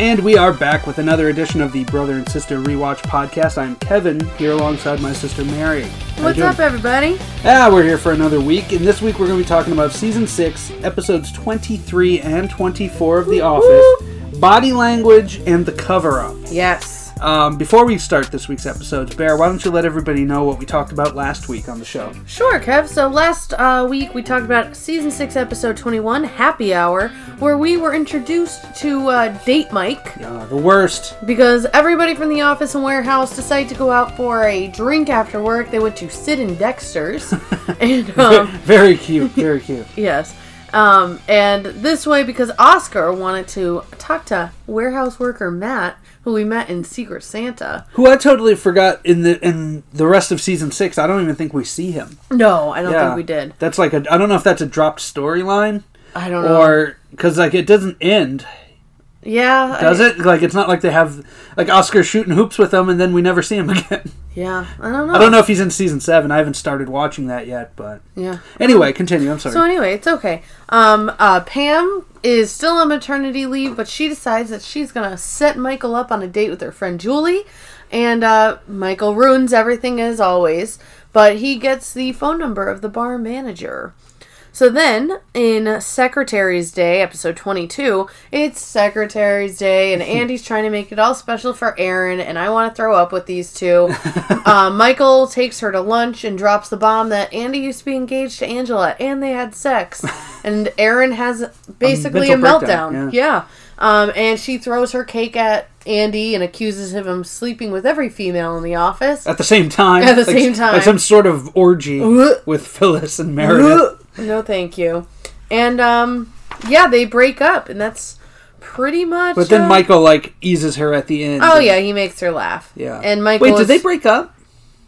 And we are back with another edition of the Brother and Sister Rewatch Podcast. I'm Kevin, here alongside my sister Mary. How What's you up, doing? everybody? Ah, we're here for another week, and this week we're going to be talking about season six, episodes 23 and 24 of The Office, body language, and the cover up. Yes. Um, before we start this week's episodes, Bear, why don't you let everybody know what we talked about last week on the show? Sure, Kev. So last uh, week we talked about season six, episode twenty-one, Happy Hour, where we were introduced to uh, Date Mike Uh, the worst. because everybody from the office and warehouse decided to go out for a drink after work. They went to Sid and Dexter's, and um, Very cute, very cute. yes. Um, and this way, because Oscar wanted to talk to warehouse worker Matt, who we met in Secret Santa. Who I totally forgot in the in the rest of season six. I don't even think we see him. No, I don't think we did. That's like a. I don't know if that's a dropped storyline I don't know. or because like it doesn't end, yeah, does I, it? Like it's not like they have like Oscar shooting hoops with them and then we never see him again. Yeah, I don't know. I don't know if he's in season seven. I haven't started watching that yet, but Yeah. anyway, continue. I'm sorry. So anyway, it's okay. Um, uh, Pam is still on maternity leave, but she decides that she's gonna set Michael up on a date with her friend Julie, and uh, Michael ruins everything as always. But he gets the phone number of the bar manager. So then, in Secretary's Day, episode 22, it's Secretary's Day, and Andy's trying to make it all special for Aaron, and I want to throw up with these two. uh, Michael takes her to lunch and drops the bomb that Andy used to be engaged to Angela, and they had sex. And Aaron has basically a, mental meltdown. breakdown, yeah. Yeah. Um, and she throws her cake at Andy and accuses him of sleeping with every female in the office. at the same time, At the like- same time. Uh-huh. like some sort of orgy with Phyllis and Meredith. no, thank you. And um, yeah, they break up, and that's pretty much. But then uh, Michael like eases her at the end. Oh yeah, he makes her laugh. yeah. And Michael. Wait, is- did they break up?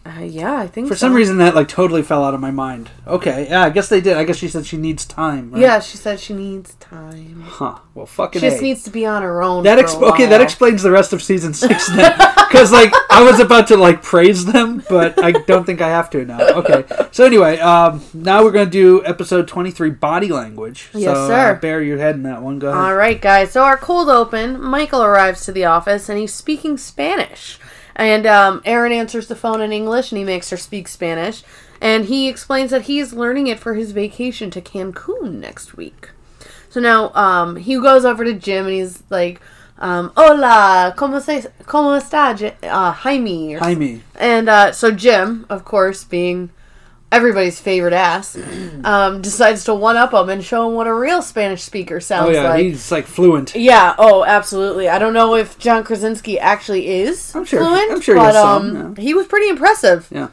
Uh, yeah, I think For so. some reason, that like totally fell out of my mind. Okay, yeah, I guess they did. I guess she said she needs time. Right? Yeah, she said she needs time. Huh. Well, fucking. She just A. needs to be on her own. that for ex- a while. okay. That explains the rest of season six then, because like I was about to like praise them, but I don't think I have to now. Okay. So anyway, um, now we're gonna do episode twenty three, body language. Yes, so, sir. Uh, bear your head in that one. Go ahead. All right, guys. So our cold open, Michael arrives to the office and he's speaking Spanish. And um, Aaron answers the phone in English and he makes her speak Spanish. And he explains that he's learning it for his vacation to Cancun next week. So now um, he goes over to Jim and he's like, um, "Hola, cómo se, cómo está, Ji- uh, Jaime?" or Jaime. And uh, so Jim, of course, being everybody's favorite ass, um, decides to one up him and show him what a real Spanish speaker Oh sounds yeah, like. he's like fluent. Yeah. Oh, absolutely. I don't know if John Krasinski actually is I'm sure- fluent. I'm sure he but has some, um, he was pretty impressive, Yeah.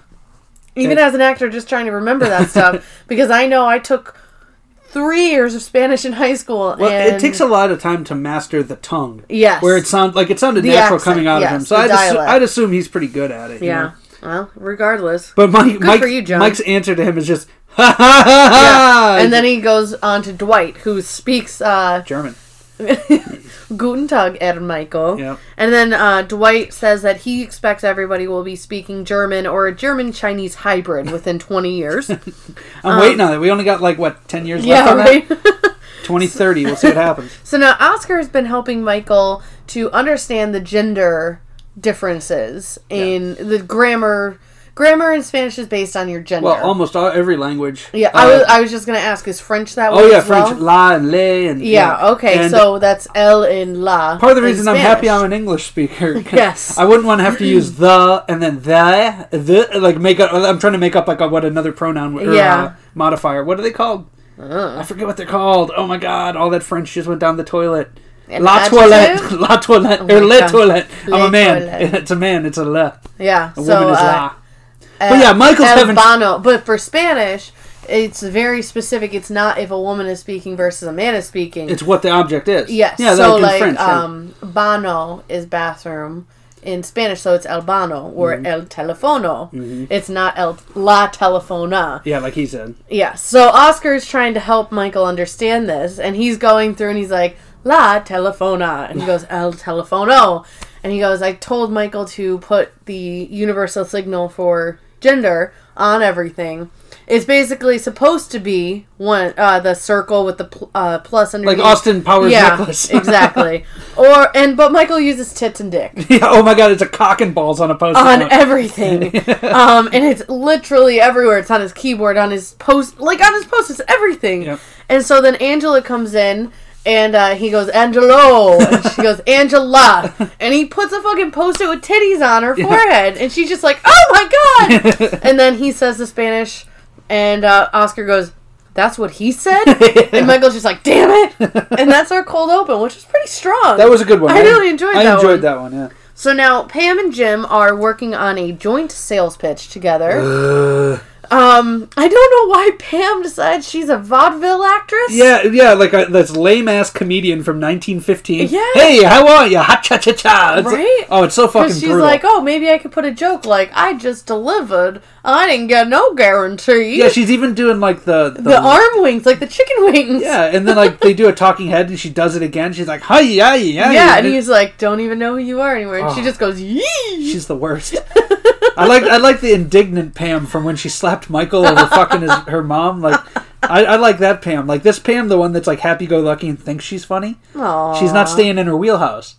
even Yeah. as an actor, just trying to remember that stuff because I know I took three years of Spanish in high school. Well, and it takes a lot of time to master the tongue. Yes. Where it sound like it sounded The natural accent, coming out yes, of him. So the I'd, assu- dialect. I'd assume he's pretty good at it. you know? yeah. Well, regardless. But Mike, for Mike's, you, John. Mike's answer to him is just ha ha ha ha. and then he goes on to Dwight, who speaks uh, German. Guten Tag, Herr Michael. Yep. And then uh, Dwight says that he expects everybody will be speaking German or a German Chinese hybrid within 20 years. I'm waiting on it. We only got like what ten years left Um, yeah, on right? that. Twenty thirty. We'll see what happens. So now Oscar has been helping Michael to understand the gender differences in the grammar. Grammar in Spanish is based on your gender. Well, almost all, every language. yeah, Uh, I was I was just gonna ask, is French that way? oh yeah, as French well? la and le and Yeah, okay, And so that's L in la. Part of the in reason I'm happy Spanish. I'm an English speaker. Yes. I wouldn't want to have to use the and then the, the like make up. I'm trying to make up like a, what another pronoun or Yeah. Uh. uh, modifier. What are they called? I forget what they're called. Oh my god! All that French just went down the toilet. An La adjective? Oh toilette, la toilette, or my le God. toilette. I'm Le a man. toilette. It's a man. It's a le. Yeah, A so woman is uh, la. But yeah, Michael's El having Bono. But for Spanish, it's very specific. It's not if a woman is speaking versus a man is speaking. It's what the object is. yes. Yeah, so in like French, yeah. um Bono is bathroom in Spanish, so it's El Bono or Mm-hmm. El Telefono. It's not El La Telefona. yeah, like he said. Yeah. So Oscar is trying to help Michael understand this, and he's going through and he's like, La Telefona. And he goes, El Telefono. And he goes, I told Michael to put the universal signal for gender on everything. It's basically supposed to be one uh, the circle with the pl- uh, plus underneath. Like Austin Powers yeah, necklace. exactly. Or and but Michael uses tits and dick yeah, oh my god, it's a cock and balls on a post. on everything, um, and it's literally everywhere. It's on his keyboard, on his post, like on his post, it's everything. Yep. And so then Angela comes in. And uh, he goes, Angelo. And she goes, Angela. And he puts a fucking post it with titties on her forehead. And she's just like, oh my God. and then he says the Spanish, and uh, Oscar goes, "That's what he said." And Michael's just like, "Damn it!" And that's our cold open, which was pretty strong. that was a good one. I really enjoyed I that enjoyed one. that one, yeah. So now Pam and Jim are working on a joint sales pitch together. Uh, um, I don't know why Pam decides she's a vaudeville actress. Yeah, yeah, like a, this lame ass comedian from 1915. Yeah. Hey, how are you? Ha cha cha cha. It's- Right? Oh, it's so fucking Because she's brutal. like, oh, maybe I could put a joke like, I just delivered. I didn't get no guarantee. yeah, she's even doing like the the, the arm wings, like the chicken wings. Yeah, and then like they do a talking head, and she does it again. She's like, "Hi, yeah, yeah." Yeah, and he's like, don't even know who you are anymore. And she Oh. just goes, yee. she's the worst. I like I like the indignant Pam from when she slapped Michael over fucking his, her mom. Like, I, I like that Pam. Like this Pam, the one that's like happy-go-lucky and thinks she's funny. Aww. She's not staying in her wheelhouse.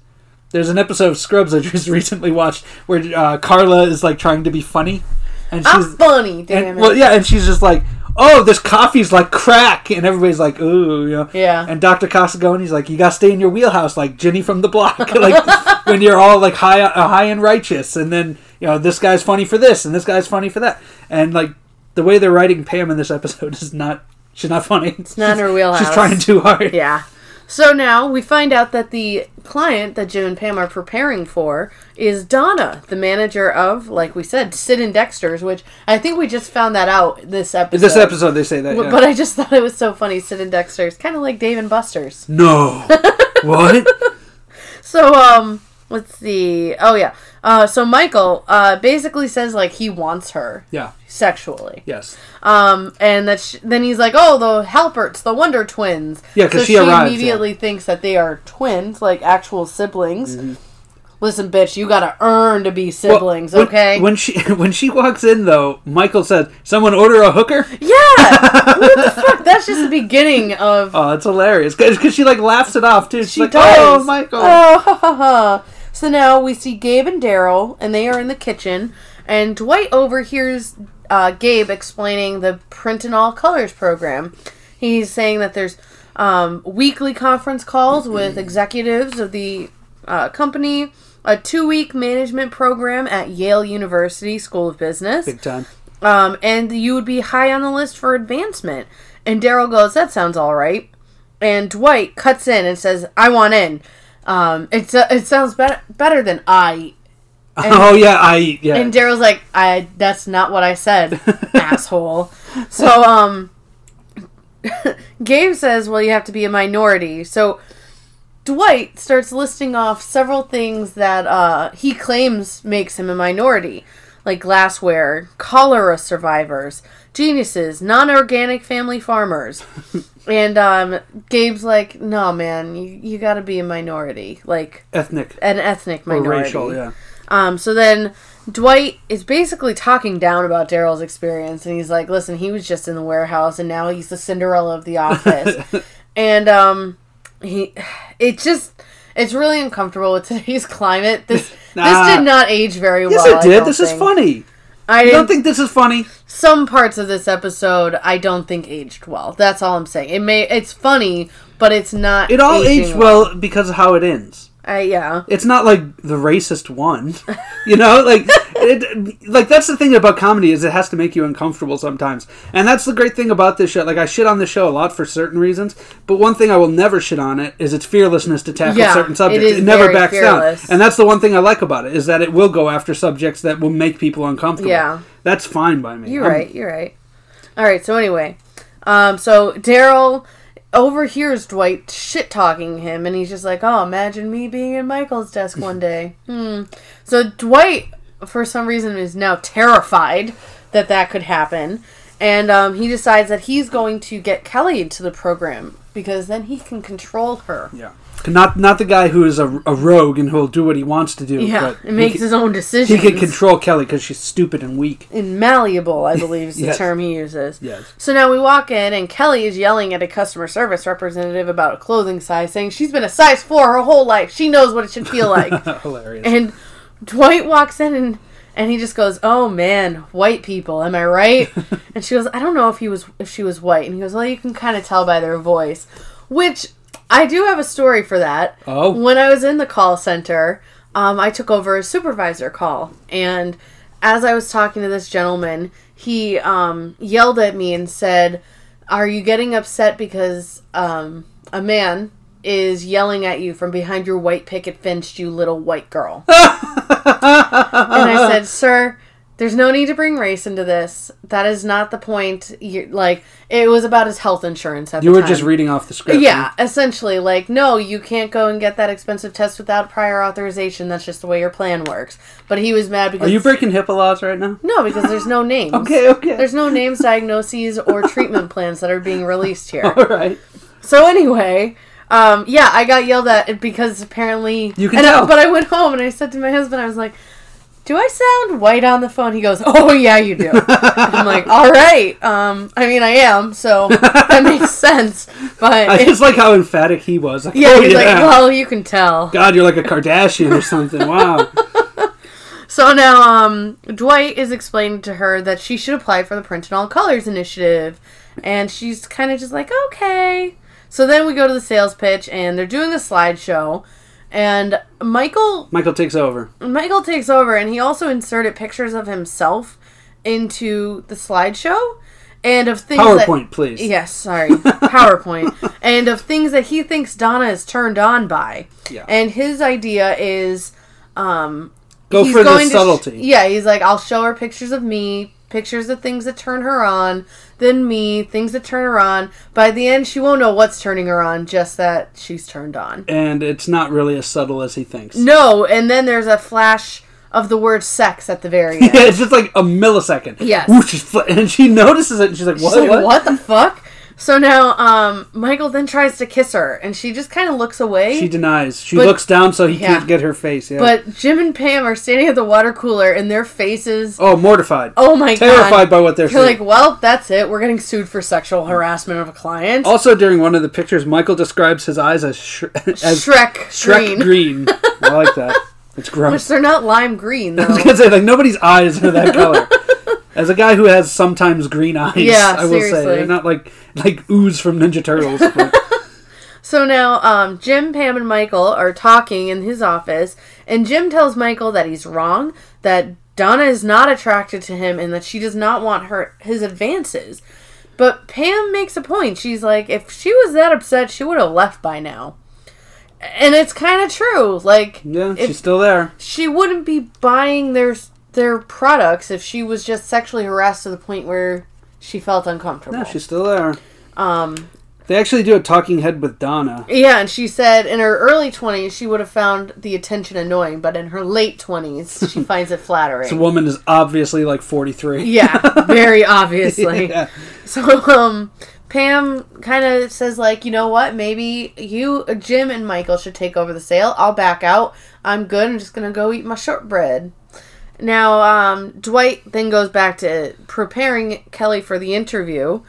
There's an episode of Scrubs I just recently watched where uh, Carla is like trying to be funny, and I'm she's funny, damn and, it. well, yeah, and she's just like, "Oh, this coffee's like crack," and everybody's like, "Ooh, you know." Yeah. And Dr. Costagoni's like, "You gotta stay in your wheelhouse, like Jenny from the Block, like when you're all like high, uh, high and righteous." And then you know this guy's funny for this, and this guy's funny for that, and like the way they're writing Pam in this episode is not. She's not funny. It's not in her wheelhouse. She's trying too hard. Yeah. So now we find out that the client that Jim and Pam are preparing for is Donna, the manager of, like we said, Sid and Dexter's, which I think we just found that out this episode. This episode, they say that. But, yeah. but I just thought it was so funny. Sid and Dexter's kind of like Dave and Buster's. No. what? So, um, let's see. Oh, yeah. Uh, so Michael uh, basically says, like, he wants her Yeah. sexually. Yes. Um, and that sh then he's like, "Oh, the Halperts, the Wonder Twins." Yeah, 'cause So she arrives, immediately thinks that they are twins, like actual siblings. Listen, bitch, you gotta earn to be Mm-hmm. Well, siblings, when- okay? When she when she walks in though, Michael says, "Someone order a hooker." yeah, what the fuck? That's just the beginning of. Oh, it's hilarious because she like laughs it off too. She's she like, does. "Oh, Michael." Oh, ha, ha, ha. So now we see Gabe and Daryl, and they are in the kitchen, and Dwight overhears uh, Gabe explaining the print in all colors program. He's saying that there's um, weekly conference calls Mm-hmm. with executives of the uh, company, a two week management program at Yale University School of Business Big time. um, and you would be high on the list for advancement. And Daryl goes, "That sounds all right." And Dwight cuts in and says, "I want in." Um, it's uh, it sounds better better than I. oh yeah, I yeah. And Daryl's like, "I that's not what I said, asshole." So um, Gabe says, "Well, you have to be a minority." So Dwight starts listing off several things that uh, he claims makes him a minority, like glassware, cholera survivors, geniuses, non-organic family farmers, and um, Gabe's like, "No, man, you, you got to be a minority, like Ethnic an ethnic or minority." racial, yeah. Um, so then Dwight is basically talking down about Daryl's experience, and he's like, "Listen, he was just in the warehouse, and now he's the Cinderella of the office." and um, he, it just, it's really uncomfortable with today's climate. This Nah. this did not age very Yes, well. it I did. don't This is think. funny. I I don't didn't, think this is funny. some parts of this episode I don't think aged well. That's all I'm saying. It may it's funny, but it's not. It all aging aged well because of how it ends. I, yeah. It's not like the racist one, you know. Like, it, like that's the thing about comedy is it has to make you uncomfortable sometimes, and that's the great thing about this show. Like, I shit on this show a lot for certain reasons, but one thing I will never shit on it is its fearlessness to tackle Yeah, certain subjects. it is It, never very backs fearless. down, and that's the one thing I like about it is that it will go after subjects that will make people uncomfortable. Yeah. that's fine by me. You're I'm- right. You're right. All right. So anyway, um, so Daryl overhears Dwight shit talking him, and he's just like, "Oh, imagine me being in Michael's desk one day." hmm. So Dwight, for some reason, is now terrified that that could happen, and um, he decides that he's going to get Kelly into the program because then he can control her. Yeah. Not not the guy who is a, a rogue and who'll do what he wants to do. Yeah, but it makes he can, his own he decisions. can control Kelly because she's stupid and weak. and malleable, I believe is the Yes. term he uses. Yes. So now we walk in, and Kelly is yelling at a customer service representative about a clothing size, saying she's been a size four her whole life. She knows what it should feel like. Hilarious. and Dwight walks in, and and he just goes, "Oh man, white people, am I right?" and she goes, "I don't know if he was if she was white." And he goes, "Well, you can kind of tell by their voice," which I do have a story for that. Oh. when I was in the call center, um, I took over a supervisor call, and as I was talking to this gentleman, he um, yelled at me and said, "Are you getting upset because um, a man?" Is yelling at you from behind your white picket fence, you little white girl. And I said, "Sir, there's no need to bring race into this. That is not the point. you like, it was about his health insurance at you the were time. just reading off the script. yeah, essentially, like, no, you can't go and get that expensive test without prior authorization. That's just the way your plan works. But he was mad because Are you breaking HIPAA laws right now? no, because there's no names. Okay, okay. There's no names, diagnoses, or treatment plans that are being released here. All right. So anyway, um, yeah, I got yelled at because apparently You can and tell. but I went home and I said to my husband, I was like, "Do I sound white on the phone?" He goes, "Oh yeah, you do." I'm like, "All right." Um, I mean, I am, so that makes sense. But I it- just like how emphatic he was. Like, yeah, oh, he's like, "Well, you can tell." God, you're like a Kardashian or something. Wow. So now, um, Dwight is explaining to her that she should apply for the Print in All Colors initiative, and she's kind of just like, okay. So then we go to the sales pitch, and they're doing a slideshow, and Michael Michael takes over. Michael takes over, and he also inserted pictures of himself into the slideshow, and of things that- PowerPoint, please. Yes, sorry. PowerPoint. and of things that he thinks Donna is turned on by. Yeah. And his idea is um Go he's for the going to sh- subtlety. yeah, he's like I'll show her pictures of me, pictures of things that turn her on, then me, things that turn her on. By the end she won't know what's turning her on, just that she's turned on. and it's not really as subtle as he thinks. No, and then there's a flash of the word sex at the very end. Yeah, it's just like a millisecond. Yes. Ooh, she's fl- and she notices it and she's like, what? She's like, what? what the fuck? So now, um, Michael then tries to kiss her, and she just kind of looks away. She denies. She But- looks down so he yeah. can't get her face. Yeah. But Jim and Pam are standing at the water cooler, and their faces. oh, mortified. Oh my god! Terrified by what they're You're seeing. like, well, that's it. We're getting sued for sexual harassment of a client. also, during one of the pictures, Michael describes his eyes as, sh- as Shrek, Shrek green. green. I like that. It's Which gross. they're not lime green I was though. gonna say like nobody's eyes are that color. As a guy who has sometimes green eyes, Yeah, I will say seriously. they're not like like ooze from Ninja Turtles. but- so now, um, Jim, Pam, and Michael are talking in his office, and Jim tells Michael that he's wrong. That Donna is not attracted to him, and that she does not want her his advances. But Pam makes a point. She's like, if she was that upset, she would have left by now. And it's kind of true. Like, yeah, if she's still there. she wouldn't be buying their their products if she was just sexually harassed to the point where she felt uncomfortable. Yeah, she's still there. um They actually do a talking head with Donna. yeah, and she said in her early 20s she would have found the attention annoying, but in her late 20s she finds it flattering. The woman is obviously like 43. yeah, very obviously. Yeah. So um Pam kind of says like, "You know what? Maybe you Jim and Michael should take over the sale. I'll back out. I'm good. I'm just going to go eat my shortbread." Now, um Dwight then goes back to preparing Kelly for the interview.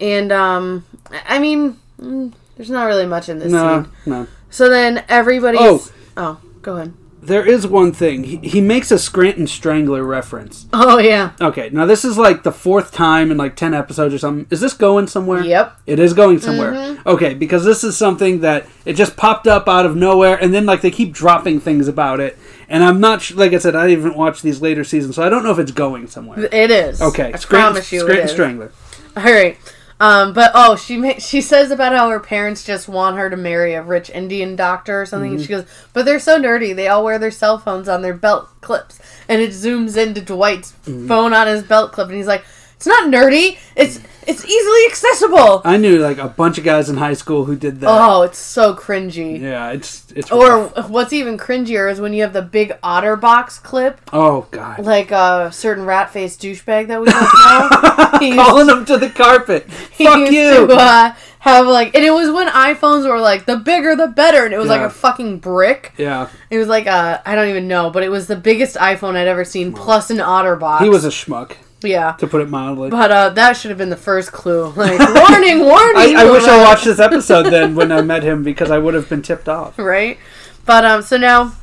And um I I mean, mm, there's not really much in this No, scene. no. So then everybody's Oh. oh, go ahead. There is one thing. He, he makes a Scranton Strangler reference. Oh yeah. Okay, now this is like the fourth time in like 10 episodes or something. Is this going somewhere? Yep. Mm-hmm. It is going somewhere. Okay, because this is something that it just popped up out of nowhere, and then like they keep dropping things about it. And I'm not, sh- like I said, I haven't watched these later seasons, so I don't know if it's going somewhere. It is. Okay, I Scranton, promise you it Scranton is. Strangler. All right. Um, but oh, she ma- she says about how her parents just want her to marry a rich Indian doctor or something, and she Mm-hmm. goes, "But they're so nerdy. They all wear their cell phones on their belt clips." And it zooms into Dwight's Mm-hmm. phone on his belt clip, and he's like, "It's not nerdy. It's it's easily accessible." I knew like a bunch of guys in high school who did that. oh, it's so cringy. Yeah, it's it's Or what's even cringier is when you have the big OtterBox clip, oh god. like a certain rat-faced douchebag that we don't know. He used calling him to the carpet. He Fuck used you. To, uh, have like, and it was when iPhones were like the bigger the better, and it was Yeah. like a fucking brick. Yeah, It was like a I don't even know, but it was the biggest iPhone I'd ever seen, plus an OtterBox. he was a schmuck yeah. to put it mildly. But uh, that should have been the first clue. Like warning, warning. I, I wish I alert. watched this episode then when I met him because I would have been tipped off. right? But um, so now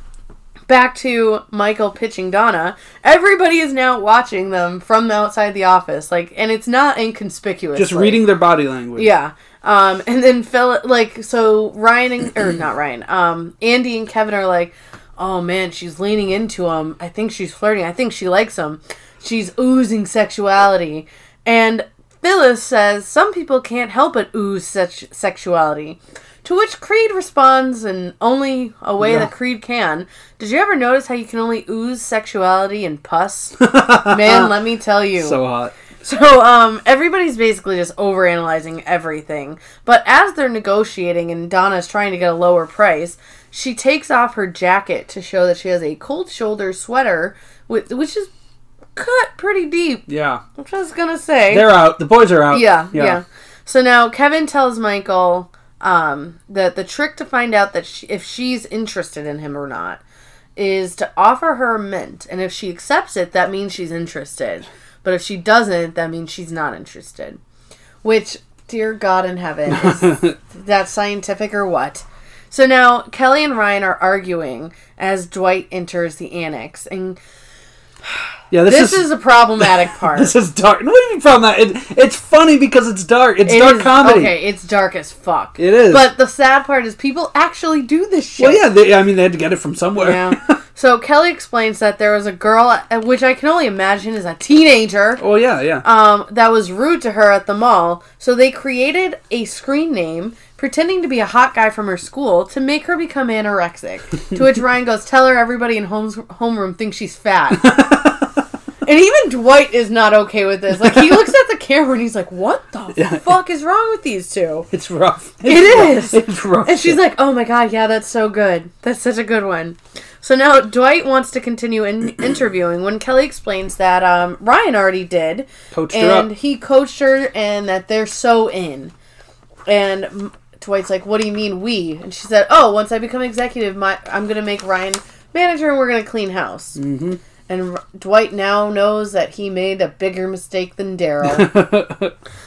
back to Michael pitching Donna. Everybody is now watching them from outside the office, like, and it's not inconspicuous. Just like- reading their body language. Yeah. Um, and then Phil, like, so Ryan and or not Ryan, um, Andy and Kevin are like, oh man, she's leaning into him. I think she's flirting. I think she likes him. She's oozing sexuality. And Phyllis says some people can't help but ooze such sexuality. To which Creed responds in only a way Yeah. that Creed can. Did you ever notice how you can only ooze sexuality and pus? Man, let me tell you. So hot. So, um, everybody's basically just overanalyzing everything. But as they're negotiating and Donna's trying to get a lower price, she takes off her jacket to show that she has a cold shoulder sweater, with, which is cut pretty deep. Yeah. I'm just gonna say. They're out. The boys are out. yeah, yeah, So now Kevin tells Michael um, that the trick to find out that she, if she's interested in him or not is to offer her mint, and if she accepts it, that means she's interested. But if she doesn't, that means she's not interested. Which, dear God in heaven, is that scientific or what? So now Kelly and Ryan are arguing as Dwight enters the annex, and Yeah, this, this, is, is, a problematic part. this is dark. No, you found that. It, it's funny because it's dark. It's It dark is- comedy. Okay, it's dark as fuck. It is. But the sad part is people actually do this shit. Well, yeah. They, I mean, they had to get it from somewhere. Yeah. so Kelly explains that there was a girl, uh, which I can only imagine is a teenager, oh yeah, yeah. um, that was rude to her at the mall. So they created a screen name pretending to be a hot guy from her school to make her become anorexic. to which Ryan goes, "Tell her everybody in home's homeroom thinks she's fat." And even Dwight is not okay with this. Like he looks at the camera and he's like, "What the fuck is wrong with these two? it's rough. It's rough. It is. It's rough. And she's like, "Oh my god, yeah, that's so good. That's such a good one." So now Dwight wants to continue in interviewing when Kelly explains that um, Ryan already did, Coached her and up. he coached her, and that they're so in. And mm, Dwight's like, "What do you mean we?" And she said, "Oh, once I become executive, my I'm gonna make Ryan manager, and we're gonna clean house." Mm-hmm. And R- Dwight now knows that he made a bigger mistake than Daryl.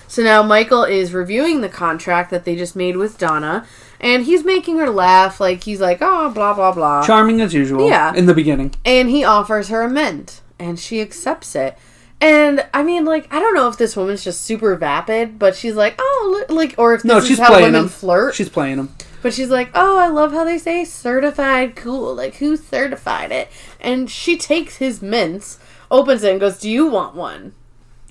So now Michael is reviewing the contract that they just made with Donna, and he's making her laugh. Like he's like, oh, blah blah blah, Charming as usual. Yeah. In the beginning. and he offers her a mint, and she accepts it. And I mean, like, I don't know if this woman's just super vapid, but she's like, oh, li- like, or if this No, is she's how playing women him. flirt. She's playing him. But she's like, oh, I love how they say certified cool. Like, who certified it? And she takes his mints, opens it, and goes, do you want one?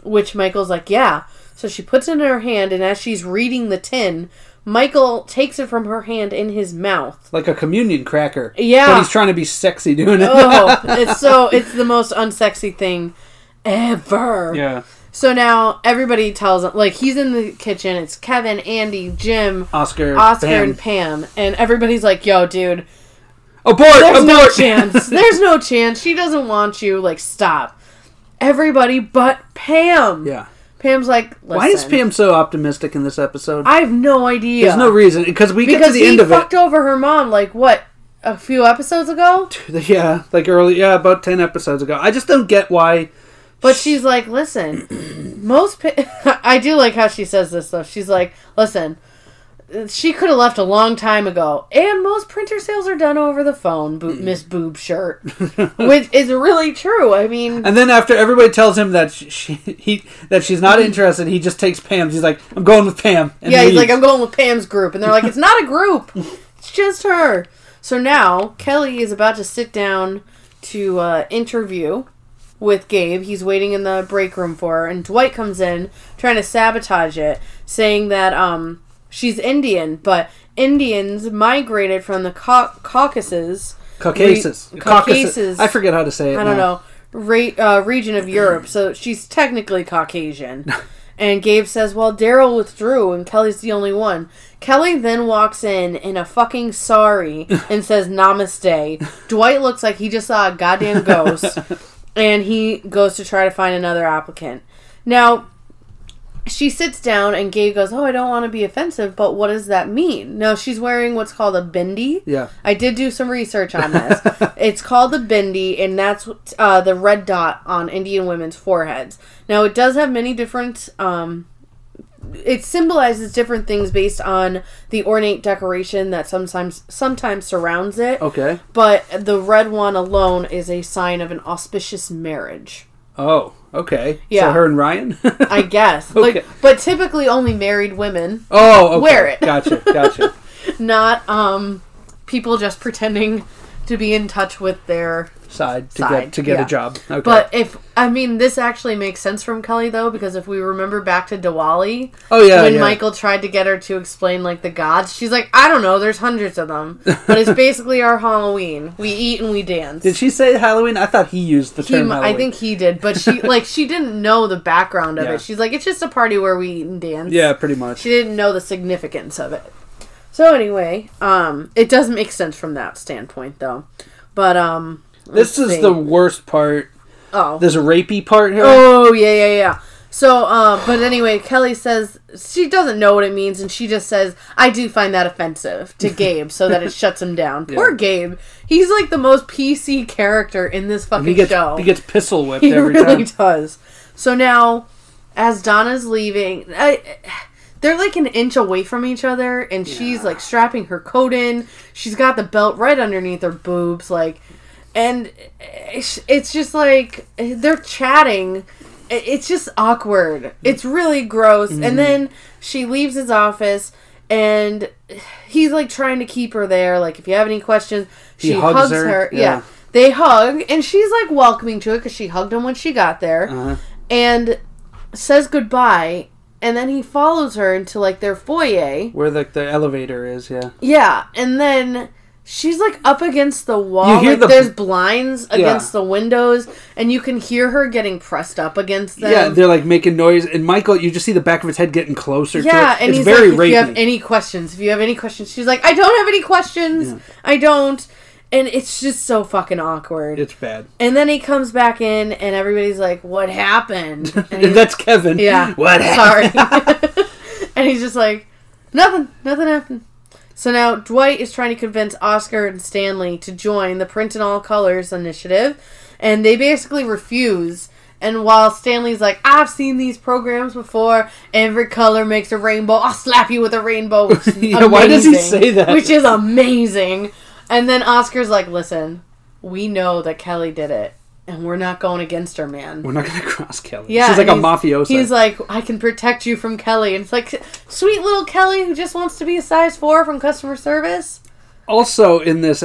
Which Michael's like, yeah. So she puts it in her hand, and as she's reading the tin, Michael takes it from her hand in his mouth. Like a communion cracker. Yeah. But he's trying to be sexy doing it. Oh, it's so, it's the most unsexy thing ever. yeah. So now everybody tells him, like, he's in the kitchen. It's Kevin, Andy, Jim, Oscar. Oscar, Pam. and Pam. And everybody's like, yo, dude. Abort! There's abort! no chance. There's no chance. She doesn't want you. Like, stop. Everybody but Pam. yeah. Pam's like, Listen, Why is Pam so optimistic in this episode? I have no idea. There's no reason because we get to because the he end of it. fucked over her mom. Like what? A few episodes ago. Yeah, like early, yeah, about ten episodes ago. I just don't get why. But she's like, listen, most. Pa- I do like how she says this though. She's like, listen, she could have left a long time ago, and most printer sales are done over the phone. Bo- Miss Boob Shirt, which is really true. I mean, And then after everybody tells him that she, she he that she's not interested, he just takes Pam's. He's like, "I'm going with Pam." And Mm-hmm. Yeah, he's leaves. like, I'm going with Pam's group. And they're like, it's not a group, it's just her. So now Kelly is about to sit down to uh, interview with Gabe. He's waiting in the break room for her. And Dwight comes in trying to sabotage it, saying that um, she's Indian, but Indians migrated from the Cau- Caucasus. Caucasus. Re- Caucasus. Caucasus. I forget how to say it. I don't know re- uh, region of Europe, so she's technically Caucasian. and Gabe says, "Well, Daryl withdrew, and Kelly's the only one." Kelly then walks in in a fucking sari and says, "Namaste." Dwight looks like he just saw a goddamn ghost, and he goes to try to find another applicant. Now, she sits down and Gay goes, "Oh, I don't want to be offensive, but what does that mean?" No, she's wearing what's called a bindi. Yeah. I did do some research on this. it's called the bindi, and that's uh, the red dot on Indian women's foreheads. Now, it does have many different. Um, it symbolizes different things based on the ornate decoration that sometimes sometimes surrounds it. Okay. But the red one alone is a sign of an auspicious marriage. Oh, okay. Yeah. So her and Ryan? I guess. Okay. Like, but typically only married women, oh, okay. Wear it. gotcha, gotcha. not um people just pretending to be in touch with their. Side to Side, get to get yeah. a job. Okay. But if I mean, this actually makes sense from Kelly though, because if we remember back to Diwali, oh yeah, when yeah. Michael tried to get her to explain like the gods, she's like, I don't know, there's hundreds of them, but it's basically our Halloween. We eat and we dance. Did she say Halloween? I thought he used the He, term Halloween. I think he did, but she like she didn't know the background of Yeah. it. She's like, it's just a party where we eat and dance. Yeah, pretty much. she didn't know the significance of it. So anyway, um, it does make sense from that standpoint, though. But um, This let's is see. the worst part. oh There's a rapey part here. oh yeah yeah yeah. So uh, but anyway, Kelly says she doesn't know what it means, and she just says, "I do find that offensive to Gabe, so that it shuts him down." Poor Gabe. He's like the most PC character in this fucking he gets show. he gets pistol whipped He every time. really does. So now, as Donna's leaving, I, they're like an inch away from each other, and she's like strapping her coat in. She's got the belt right underneath her boobs, like, and it's it's just like they're chatting. I- It's just awkward. It's really gross. Mm-hmm. And then she leaves his office. And he's like trying to keep her there. Like, if you have any questions, she hugs, hugs her. her, yeah, yeah. they hug and she's like welcoming to it because she hugged him when she got there Uh-huh. and says goodbye and then he follows her into like their foyer Where the, the elevator is, yeah. yeah and then she's like up against the wall You hear like the- there's blinds against the windows and you can hear her getting pressed up against them yeah, they're like making noise, and Michael, you just see the back of his head getting closer. Yeah, to it. and it's he's very like, if rapey. you have any questions, if you have any questions, she's like, I don't have any questions, I don't, and it's just so fucking awkward. it's bad. And then he comes back in, and everybody's like, "What happened?" And he's- That's Kevin. yeah, What? happened? Sorry. and he's just like, "Nothing, nothing happened." So now Dwight is trying to convince Oscar and Stanley to join the Print in All Colors initiative, and they basically refuse. And while Stanley's like, "I've seen these programs before. Every color makes a rainbow. I'll slap you with a rainbow." Which is Yeah, why does he amazing. say that? Which is amazing. And then Oscar's like, "Listen, we know that Kelly did it, and we're not going against her, man." We're not gonna cross Kelly. Yeah, she's like a and mafiosa. He's like, I can protect you from Kelly, and it's like, sweet little Kelly who just wants to be a size four from customer service. also in this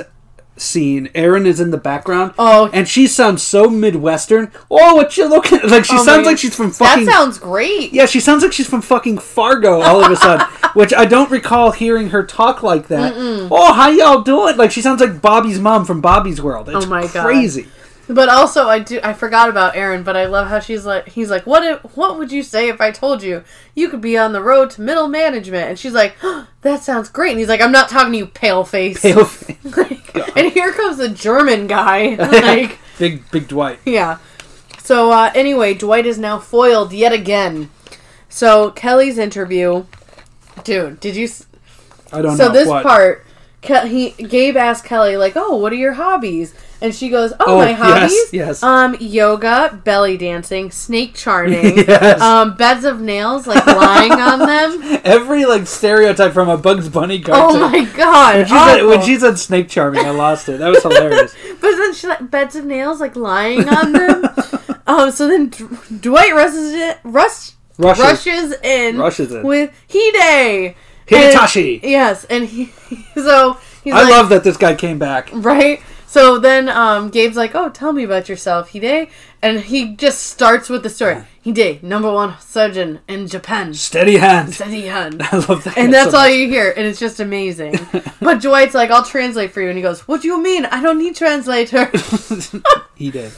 scene, Erin is in the background. Oh. and she sounds so midwestern. Oh, what you looking? Like she Oh my sounds God. like she's from fucking. that sounds great. yeah, she sounds like she's from fucking Fargo all of a sudden, which I don't recall hearing her talk like that. Oh, how y'all doing? Like she sounds like Bobby's mom from Bobby's World. It's Oh my God. crazy. But also, I do. I forgot about Aaron, but I love how she's like, he's like, what? If, what would you say if I told you you could be on the road to middle management? And she's like, that sounds great. And he's like, I'm not talking to you, pale face. Pale face. and here comes the German guy, like. big big Dwight. Yeah. So uh, anyway, Dwight is now foiled yet again. So Kelly's interview, dude. Did you? s I don't know. so this what. part, Ke- he Gabe asked Kelly like, "Oh, what are your hobbies?" And she goes, "Oh, Oh, my yes, hobbies, yes. um, yoga, belly dancing, snake charming, Yes. um, beds of nails, like lying on them. Every like stereotype from a Bugs Bunny Oh cartoon. my god! When she, said, when awful. she said snake charming, I lost it. That was hilarious. But then she like beds of nails, like lying on them. um. So then Dw- Dwight rushes it. Rush. Rushes. rushes in. Rushes in. with Hide. Hidetashi. And- Yes, and he so he's I like, love that this guy came back. right. So then um, Gabe's like, "Oh, tell me about yourself, Hide," and he just starts with the story. Hide, number one surgeon in Japan. Steady hand. Senihan. I love that. And that's so all much. you hear, and it's just amazing. but Dwight's like, "I'll translate for you," and he goes, "What do you mean? I don't need translator." he did.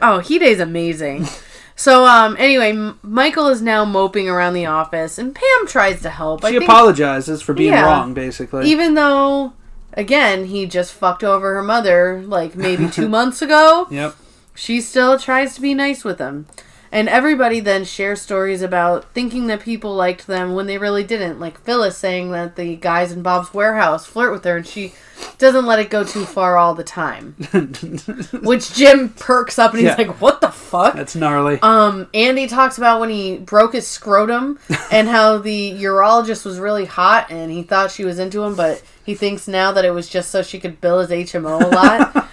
Oh, Hide's amazing. So, um, anyway, M- Michael is now moping around the office, and Pam tries to help. I She think, apologizes for being Yeah. wrong, basically. even though, again, he just fucked over her mother like maybe two months ago. yep. She still tries to be nice with him. And everybody then shares stories about thinking that people liked them when they really didn't. Like Phyllis saying that the guys in Bob's warehouse flirt with her and she doesn't let it go too far all the time. Which Jim perks up and he's Yeah. like, what the fuck? That's gnarly. Um, Andy talks about when he broke his scrotum and how the urologist was really hot and he thought she was into him, but he thinks now that it was just so she could bill his HMO a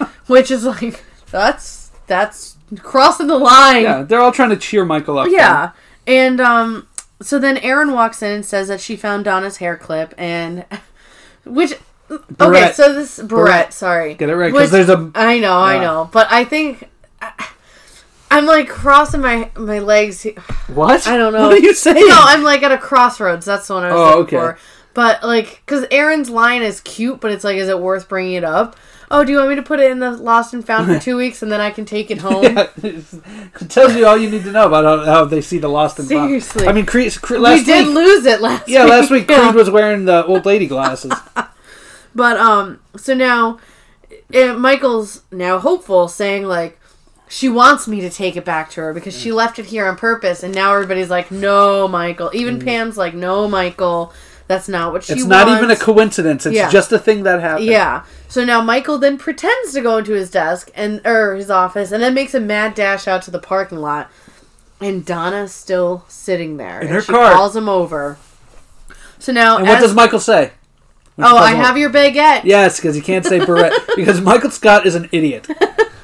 lot, which is like that's that's crossing the line. yeah, they're all trying to cheer Michael up. Yeah. And um so then Erin walks in and says that she found Donna's hair clip and which Okay, Barrette. so this Brett, sorry. Get it right, 'cause Which- there's a- I know, I Yeah. know. But I think I'm like crossing my my legs. here. though. What? I don't know. What are you saying? No, I'm like at a crossroads. That's the one I was Oh, okay. looking for. But like, because Aaron's line is cute, but it's like, is it worth bringing it up? Oh, do you want me to put it in the lost and found for two weeks, and then I can take it home? it tells you all you need to know about how, how they see the Lost and Found. Seriously. I mean, Creed, Creed, we last did week. lose it last. yeah, week. last week Yeah. Creed was wearing the old lady glasses. But um, so now eh, Michael's now hopeful, saying like she wants me to take it back to her because Mm. she left it here on purpose, and now everybody's like, no, Michael. Even Pam's like, no, Michael. That's not what she Mm. it's wants. not even a coincidence. It's Yeah. just a thing that happened. Yeah. So now Michael then pretends to go into his desk and or his office and then makes a mad dash out to the parking lot. And Donna's still sitting there. In her she car. calls him over. So now And what as- does Michael say? When she Oh, calls I him up? have your baguette. Yes, because he can't say Barrett because Michael Scott is an idiot.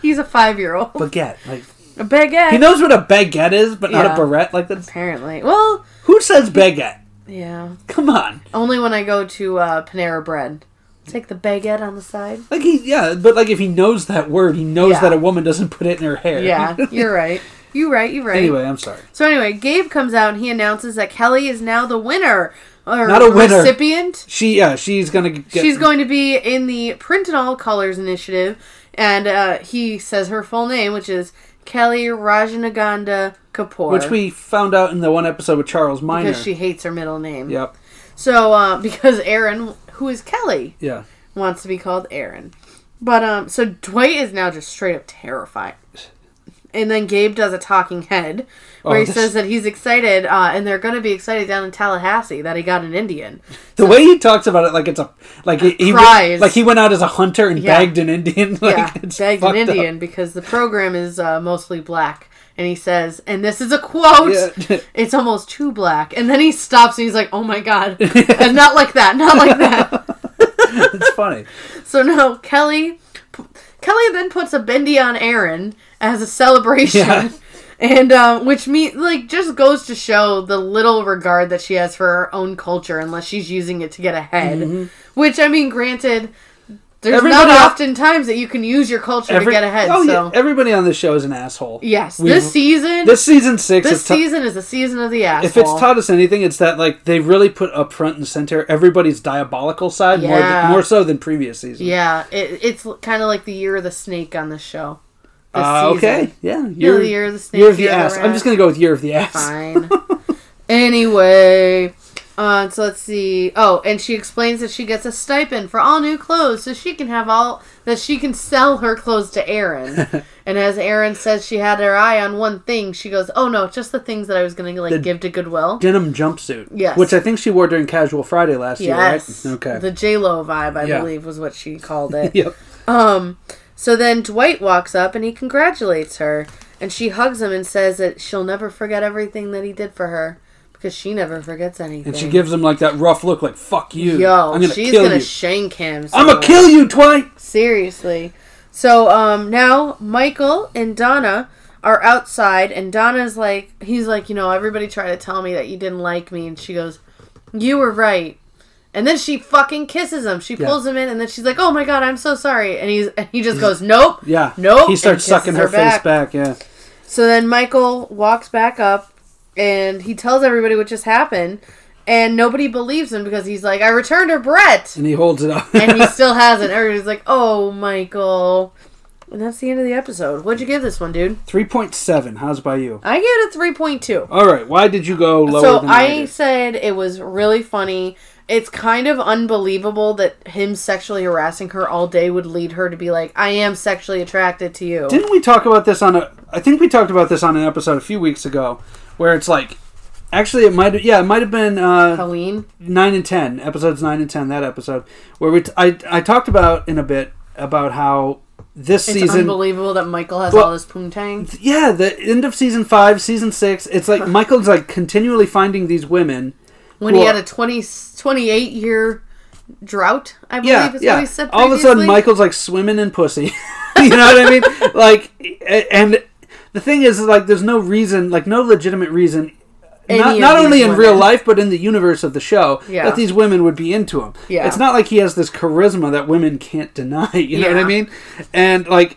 He's a five year old. Baguette, like A baguette. he knows what a baguette is, but not Yeah. a barrette. Like that's Apparently. Well who says baguette? yeah. Come on, Only when I go to uh, Panera Bread. Take the baguette on the side. like he yeah, but like if he knows that word, he knows Yeah. that a woman doesn't put it in her hair. Yeah, you're right. You right, you right. anyway, I'm sorry. So anyway, Gabe comes out and he announces that Kelly is now the winner. Or Not a winner. recipient. She yeah, she's gonna get. She's going to be in the Print in All Colors initiative, and uh, he says her full name, which is Kelly Rajanaganda Kapoor, which we found out in the one episode with Charles Minor. because she hates her middle name. Yep. So uh, because Aaron, who is Kelly, Yeah. wants to be called Aaron, but um, so Dwight is now just straight up terrified. And then Gabe does a talking head where Oh, he this- says that he's excited, uh, and they're going to be excited down in Tallahassee that he got an Indian. The way he talks about it, like it's a like he, he Prize. like he went out as a hunter and Yeah. bagged an Indian. Like, yeah, it's begged an fucked up. Indian because the program is uh, mostly black. And he says, and this is a quote, Yeah. it's almost too black. And then he stops and he's like, oh my God. and not like that, not like that. It's funny. So no, Kelly, Kelly then puts a bendy on Aaron as a celebration. Yeah. And um, which means like just goes to show the little regard that she has for her own culture, unless she's using it to get ahead. Which I mean, granted, Mm-hmm. there's Everybody not out- often times that you can use your culture Every- to get ahead. oh, so yeah, everybody on this show is an asshole. Yes, We've- this season, this, This season six is ta- season is the season of the asshole. if it's taught us anything, it's that like they really put up front and center everybody's diabolical side more Yeah. than, more so than previous seasons. yeah, it, it's kind of like the year of the snake on this show. This Uh, season. okay. Yeah. Year, the year of the snake. Year of the year ass. I'm rat. just gonna go with year of the ass. Fine. anyway, uh, so let's see. Oh, and she explains that she gets a stipend for all new clothes, so she can have all that she can sell her clothes to Aaron. and as Aaron says, she had her eye on one thing. She goes, "Oh no, just the things that I was going to like give to Goodwill." Denim jumpsuit. Yes. Which I think she wore during Casual Friday last Yes. year. Right. Okay. The J Lo vibe, I Yeah. believe, was what she called it. Yep. Um. So then Dwight walks up and he congratulates her, and she hugs him and says that she'll never forget everything that he did for her because she never forgets anything. And she gives him like that rough look, like "fuck you." Yo, I'm gonna she's kill gonna you. shank him. I'm gonna somewhere. kill you, Dwight. Seriously. So um now Michael and Donna are outside and Donna's like he's like, you know, everybody tried to tell me that you didn't like me and she goes, "You were right." And then she fucking kisses him. She pulls him in and then she's like, "Oh my god, I'm so sorry." And he's and he just goes, "Nope." Yeah. Nope. He and starts kisses sucking her, face back. Yeah. so then Michael walks back up and he tells everybody what just happened and nobody believes him because he's like, "I returned her Brett." And he holds it up. and he still hasn't. Everybody's like, "Oh, Michael," and that's the end of the episode. What'd you give this one, dude? Three point seven. How's by you? I gave it a three point two. All right. Why did you go lower So than I, I did? said it was really funny. It's kind of unbelievable that him sexually harassing her all day would lead her to be like, "I am sexually attracted to you." Didn't we talk about this on a, I think we talked about this on an episode a few weeks ago, where it's like, actually, it might, yeah, it might have been uh, Halloween. nine and ten episodes, nine and ten. That episode where we, t- I, I talked about in a bit about how this It's season, unbelievable that Michael has Well- all this poontang. yeah, the end of season five, season six, it's like Michael's like continually finding these women. When Well- he had a 20, 28 year drought, I believe Yeah, is what yeah. he said. All of a sudden, previously. Michael's like swimming in pussy. you know what I mean? Like, a- and the thing is, like, there's no reason, like, no legitimate reason. Any not of not only these in real women. life, but in the universe of the show, Yeah. that these women would be into him. Yeah. It's not like he has this charisma that women can't deny. You know what I Yeah. mean? And like,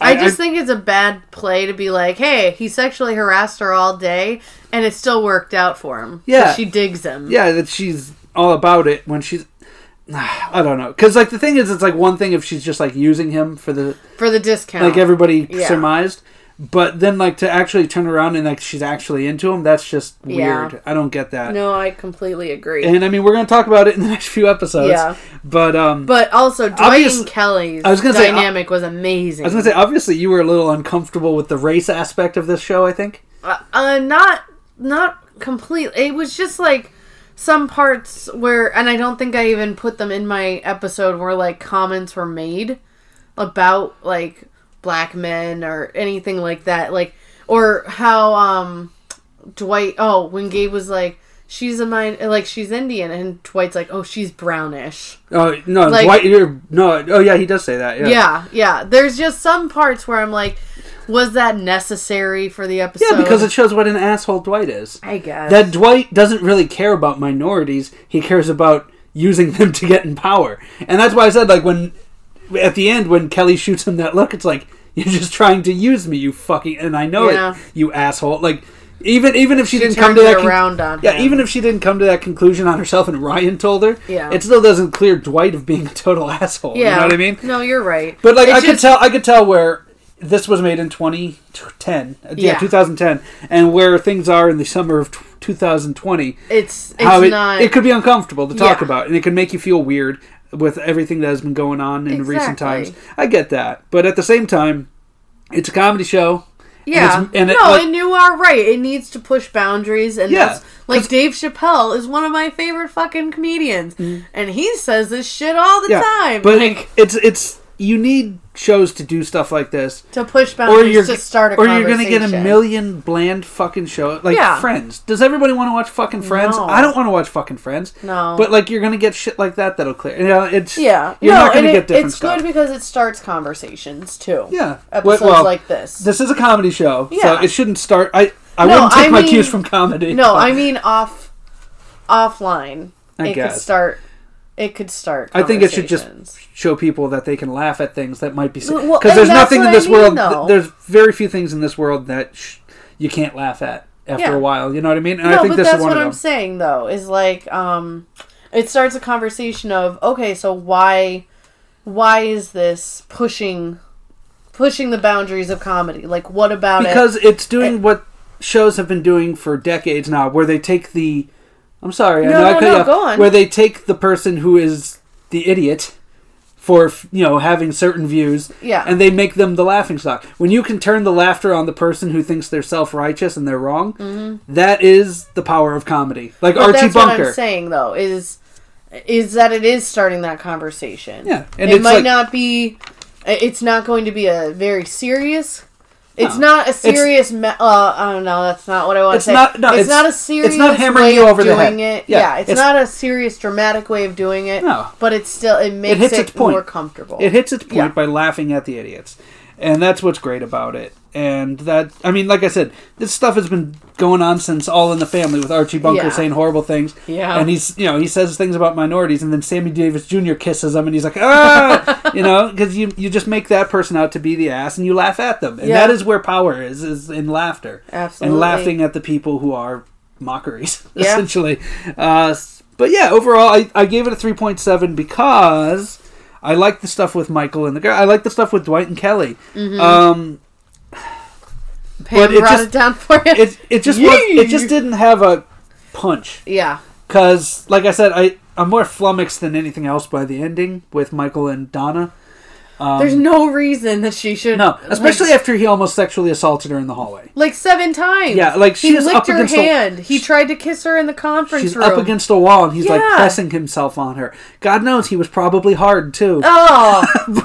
I just think it's a bad play to be like, hey, he sexually harassed her all day, and it still worked out for him. 'Cause Yeah. she digs him. yeah that she's all about it when she's i don't know because like the thing is it's like one thing if she's just like using him for the for the discount. like everybody Oh. Yeah. surmised but then like to actually turn around and like she's actually into him that's just Yeah. weird i don't get that no, I completely agree. and i mean we're gonna talk about it in the next few episodes Yeah. but um but also, Dwight Obvious- and Kelly's I was gonna say, uh, dynamic was i amazing. was gonna say obviously you were a little uncomfortable with the race aspect of this show i think uh, uh, not not complete. It was just like some parts where, and I don't think I even put them in my episode where like comments were made about like black men or anything like that, like or how um Dwight. Oh, when Gabe was like. She's a mine, like she's Indian, and Dwight's like, oh, she's brownish. oh no Like- Dwight, you're, no oh yeah he does say that yeah Yeah, yeah. There's just some parts where I'm like, was that necessary for the episode? Yeah, because it shows what an asshole dwight is I guess that Dwight doesn't really care about minorities. He cares about using them to get in power, and that's why I said like when at the end when Kelly shoots him that look, it's like you're just trying to use me, you fucking. And I know Yeah. it, you asshole. Like even even if she, didn't come turned to that it con- around on yeah, him. even if she didn't come to that conclusion on herself, and Ryan told her, Yeah. it still doesn't clear Dwight of being a total asshole. Yeah. you know what I mean. No, you're right. But like It's I could just- tell, I could tell where this was made in 2010, yeah, Yeah. 2010, and where things are in the summer of t- 2020. it's it's how it, not it could be uncomfortable to talk Yeah. about, and it could make you feel weird with everything that has been going on in recent times. Exactly. I get that, but at the same time, it's a comedy show. yeah. it's- and it, no, like- and you are right. It needs to push boundaries, and Yeah, that's, like Dave Chappelle is one of my favorite fucking comedians, and he says this shit all the time. Mm. but like it's it's you need shows to do stuff like this. to push Or boundaries you're Um, to start a or you're conversation. gonna get a million bland fucking shows like Yeah. Friends. Does everybody want to watch fucking Friends? No. I don't want to watch fucking Friends. No. but like you're gonna get shit like that that'll clear. You know, it's Yeah, You're no, not gonna and get it- different It's stuff. good because it starts conversations too. Yeah. episodes Well- well, like this. This is a comedy show, so Yeah. it shouldn't start. I I No, wouldn't take I my mean- cues from comedy. No, I mean off offline. I it guess. could start. It could start. I think it should just conversations. show people that they can laugh at things that might be because Well, and there's that's nothing in what I this mean, world. though. there's very few things in this world that sh- you can't laugh at after Yeah. a while. You know what I mean? And no, I think but this that's is one what of I'm them. saying though. Is like, um, it starts a conversation of okay, so why, why is this pushing, pushing the boundaries of comedy? Like, what about it? Eh. because it's doing what shows have been doing for decades now, where they take the. I'm sorry, I No, know I no, cut no, you off, go on. Where they take the person who is the idiot for you know having certain views, Yeah. and they make them the laughing stock. When you can turn the laughter on the person who thinks they're self righteous and they're wrong, that is the power of comedy. Like But Archie Mm-hmm. that's what Bunker, I'm saying though is, is that it is starting that conversation. Yeah, and and it it's might like- not be. It's not going to be a very serious. It's No. not a serious. Me- uh, I don't know. That's not what I want It's to say. not- no, it's, it's- not a it's not serious. hammering way you of over the doing head. It. Yeah, Yeah, it's, it's- not a serious, dramatic way of doing it. No. but it's still it makes it, hits its point. more comfortable. it hits its point Yeah. by laughing at the idiots, and that's what's great about it. And that I mean, like I said, this stuff has been going on since All in the Family with Archie Bunker Yeah. saying horrible things. Yeah. and he's you know he says things about minorities, and then Sammy Davis Jr. kisses him, and he's like ah, you know, because you you just make that person out to be the ass, and you laugh at them, and Yeah. that is where power is is in laughter, Absolutely. and laughing at the people who are mockeries Yeah. essentially. Uh, s- but yeah, overall, I, I gave it a 3.7 because I like the stuff with Michael and the girl. I like the stuff with Dwight and Kelly. Mm-hmm. Um, Pam but it brought just- it down for you. it, it just was, Yee. it just didn't have a punch yeah, because, like I said, I I'm more flummoxed than anything else by the ending with Michael and Donna. There's no reason that she should. Um, No, like- especially after he almost sexually assaulted her in the hallway. Like, seven times. Yeah, like, she he is licked up her against the- hand. he tried to kiss her in the conference She's room. up against a wall and he's like Yeah. pressing himself on her. God knows he was probably hard too. Oh But, um,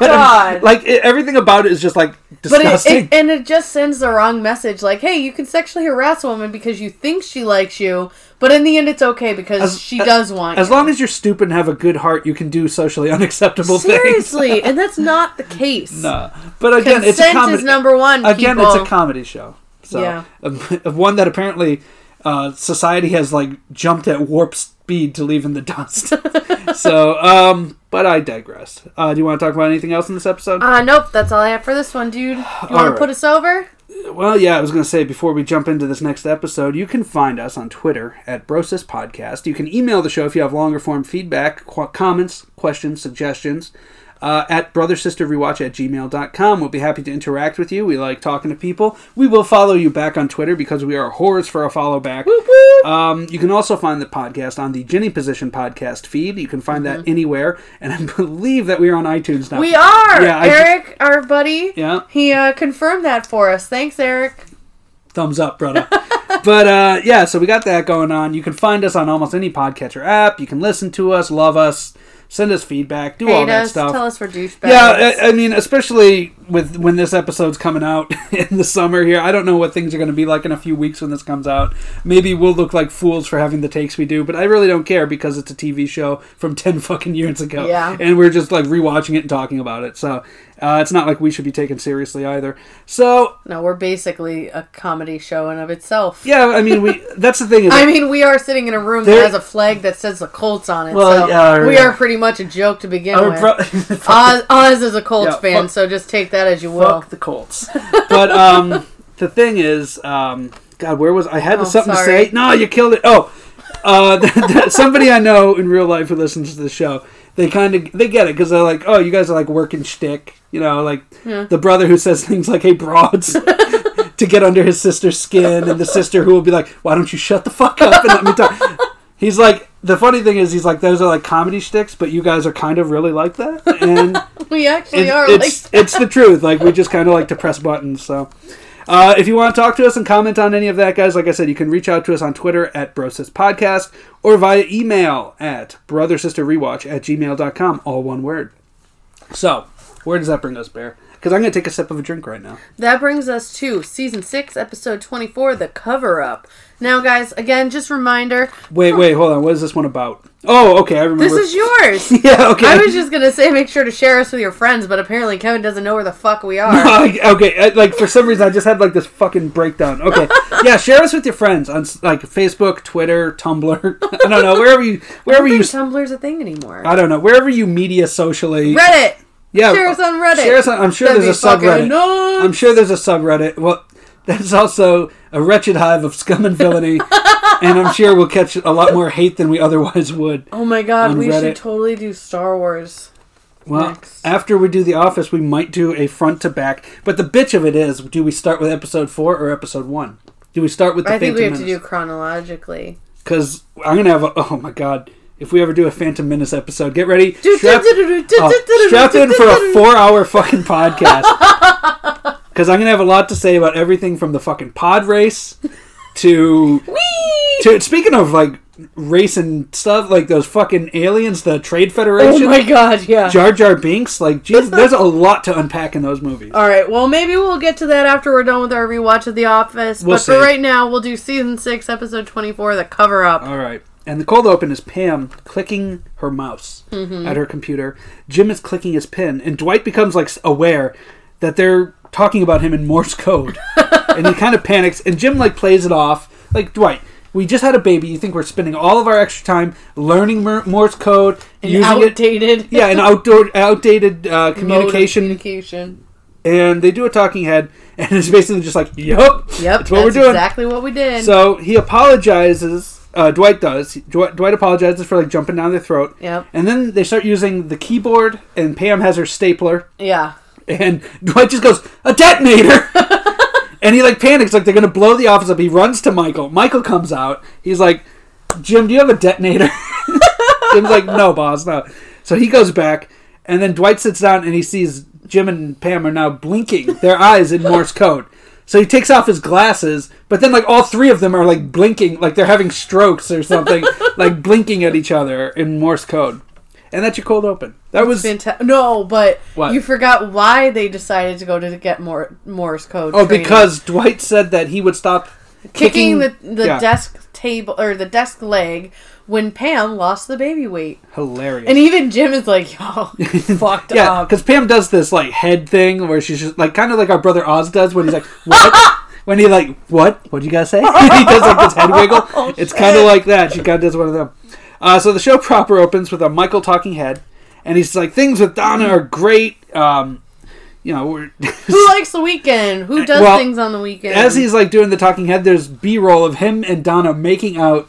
God! Like it, everything about it is just like but it, disgusting. it and it just sends the wrong message. Like, hey, you can sexually harass a woman because you think she likes you, but in the end, it's okay because As- she does want. as you. long as you're stupid and have a good heart, you can do socially unacceptable things. seriously, and that's not the case. Nah. But again, Consent it's a comedy. is number one. again, it's a people. comedy show. So Yeah. um, one that apparently uh, society has like jumped at warp speed to leave in the dust. so, um, but I digress. Uh, do you want to talk about anything else in this episode? Uh, nope, that's all I have for this one, dude. You want right. to put us over? Well, yeah, I was going to say before we jump into this next episode, you can find us on Twitter at Brosis Podcast. You can email the show if you have longer form feedback, qu- comments, questions, suggestions uh, at brothersisterrewatch at gmail.com. We'll be happy to interact with you. We like talking to people. We will follow you back on Twitter because we are whores for a follow back. Um, you can also find the podcast on the Ginny Position podcast feed. You can find that anywhere. And I believe that we are on iTunes now. We are Yeah, I ju- Eric, our buddy. Yeah. he uh, confirmed that for us. Thanks, Eric. thumbs up, brother. but uh, yeah, so we got that going on. You can find us on almost any podcatcher app. You can listen to us, love us, send us feedback, do all Hate that us. stuff. Tell us we're douchebags. yeah, uh, I, I mean, especially with when this episode's coming out in the summer here. I don't know what things are going to be like in a few weeks when this comes out. Maybe we'll look like fools for having the takes we do, but I really don't care because it's a TV show from ten fucking years ago. Yeah. and we're just like rewatching it and talking about it. So uh, it's not like we should be taken seriously either. So no, we're basically a comedy show in of itself. yeah, I mean, we that's the thing. Is I mean, we are sitting in a room There- that has a flag that says the Colts on it. Well, so yeah, we yeah. are pretty much a joke to begin Our with. bro- Oz, Oz is a Colts Yeah, fan, fuck- so just take that as you will. fuck the Colts. But um, the thing is, um, God, where was I? Had Oh, something sorry. to say. No, you killed it. Oh, uh, somebody I know in real life who listens to the show. They kind of they get it because they're like, oh, you guys are like working shtick, you know, like the brother who says things like, "Hey, broads." To get under his sister's skin, and the sister who will be like, "Why don't you shut the fuck up and let me talk?" He's like, the funny thing is, he's like, those are like comedy shticks, but you guys are kind of really like that, and We actually it's, are. it's, it's the truth. Like we just kind of like to press buttons. So, uh, if you want to talk to us and comment on any of that, guys, like I said, you can reach out to us on Twitter at Brosis Podcast or via email at brothersisterrewatch at gmail.com, all one word. So, where does that bring us, Bear? Because I'm going to take a sip of a drink right now. That brings us to season six, episode 24, The Cover Up. Now, guys, again, just reminder Wait, wait, hold on. What is this one about? Oh, okay, I remember. this is yours. yeah, okay. I was just going to say make sure to share us with your friends, but apparently Kevin doesn't know where the fuck we are. okay, I- like for some reason I just had like this fucking breakdown. Okay, yeah, share us with your friends on like Facebook, Twitter, Tumblr. I don't know wherever you I wherever don't you think Tumblr's a thing anymore. I don't know wherever you media socially. Reddit. Yeah, Share us on Reddit. Share us on- I'm sure That'd there's be a fucking subreddit. nuts. I'm sure there's a subreddit. Well, that's also a wretched hive of scum and villainy, and I'm sure we'll catch a lot more hate than we otherwise would. Oh my god, on we Reddit. should totally do Star Wars. Well, Next. after we do The Office, we might do a front to back. But the bitch of it is, do we start with episode four or episode one? Do we start with the I think Phantom we have to do Menace? chronologically. Because I'm gonna have a oh my god, if we ever do a Phantom Menace episode, get ready, Do- strap, do- do- do- do- uh, do- do- strap do- in do- for a do- four-hour fucking podcast. Because I'm gonna have a lot to say about everything from the fucking pod race to Whee! to speaking of like race and stuff like those fucking aliens, the Trade Oh Federation. my god, yeah. Jar Jar Binks, like, geez, there's a lot to unpack in those movies. All right. Well, maybe we'll get to that after we're done with our rewatch of The Office. We'll but see. for right now, we'll do season six, episode twenty-four, the cover up. All right. And the cold open is Pam clicking her mouse Mm-hmm. at her computer. Jim is clicking his pen, and Dwight becomes like aware that they're talking about him in Morse code, and he kind of panics. And Jim like plays it off like Dwight. We just had a baby. You think we're spending all of our extra time learning Mer- Morse code, and outdated. it? Yeah, an outdoor, outdated uh, Mode of communication Communication. and they do a talking head, and it's basically just like, "Yup, Yep. that's what we're doing." Exactly what we did. So he apologizes. Uh, Dwight does. Dwight, Dwight apologizes for like jumping down their throat. Yep. And then they start using the keyboard, and Pam has her stapler, yeah. and Dwight just goes, "A detonator." and he like panics, like they're gonna blow the office up. He runs to Michael. Michael comes out. He's like, "Jim, do you have a detonator?" Jim's like, "No, boss, no." So he goes back, and then Dwight sits down and he sees Jim and Pam are now blinking their eyes in Morse code. So he takes off his glasses, but then like all three of them are like blinking, like they're having strokes or something, like blinking at each other in Morse code. And that's your cold open. That was Fantastic. No, but What? you forgot why they decided to go to get more Morse code. oh training. because Dwight said that he would stop kicking, the the yeah. desk table or the desk leg when Pam lost the baby weight, Hilarious. and Um, even Jim is like, "Yo, fucked Yeah, up." because Pam does this like head thing where she's just like kind of like our brother Oz does when he's like, "What?" when he like, "What? What'd you guys say?" he does like this head wiggle. Oh, it's kind of like that. She kind of does one of them. Uh, so the show proper opens with a Michael talking head, and he's like, "Things with Donna are great." Um, you know, we're Who likes the weekend? Who does Well, things on the weekend? as he's like doing the talking head, there's B roll of him and Donna making out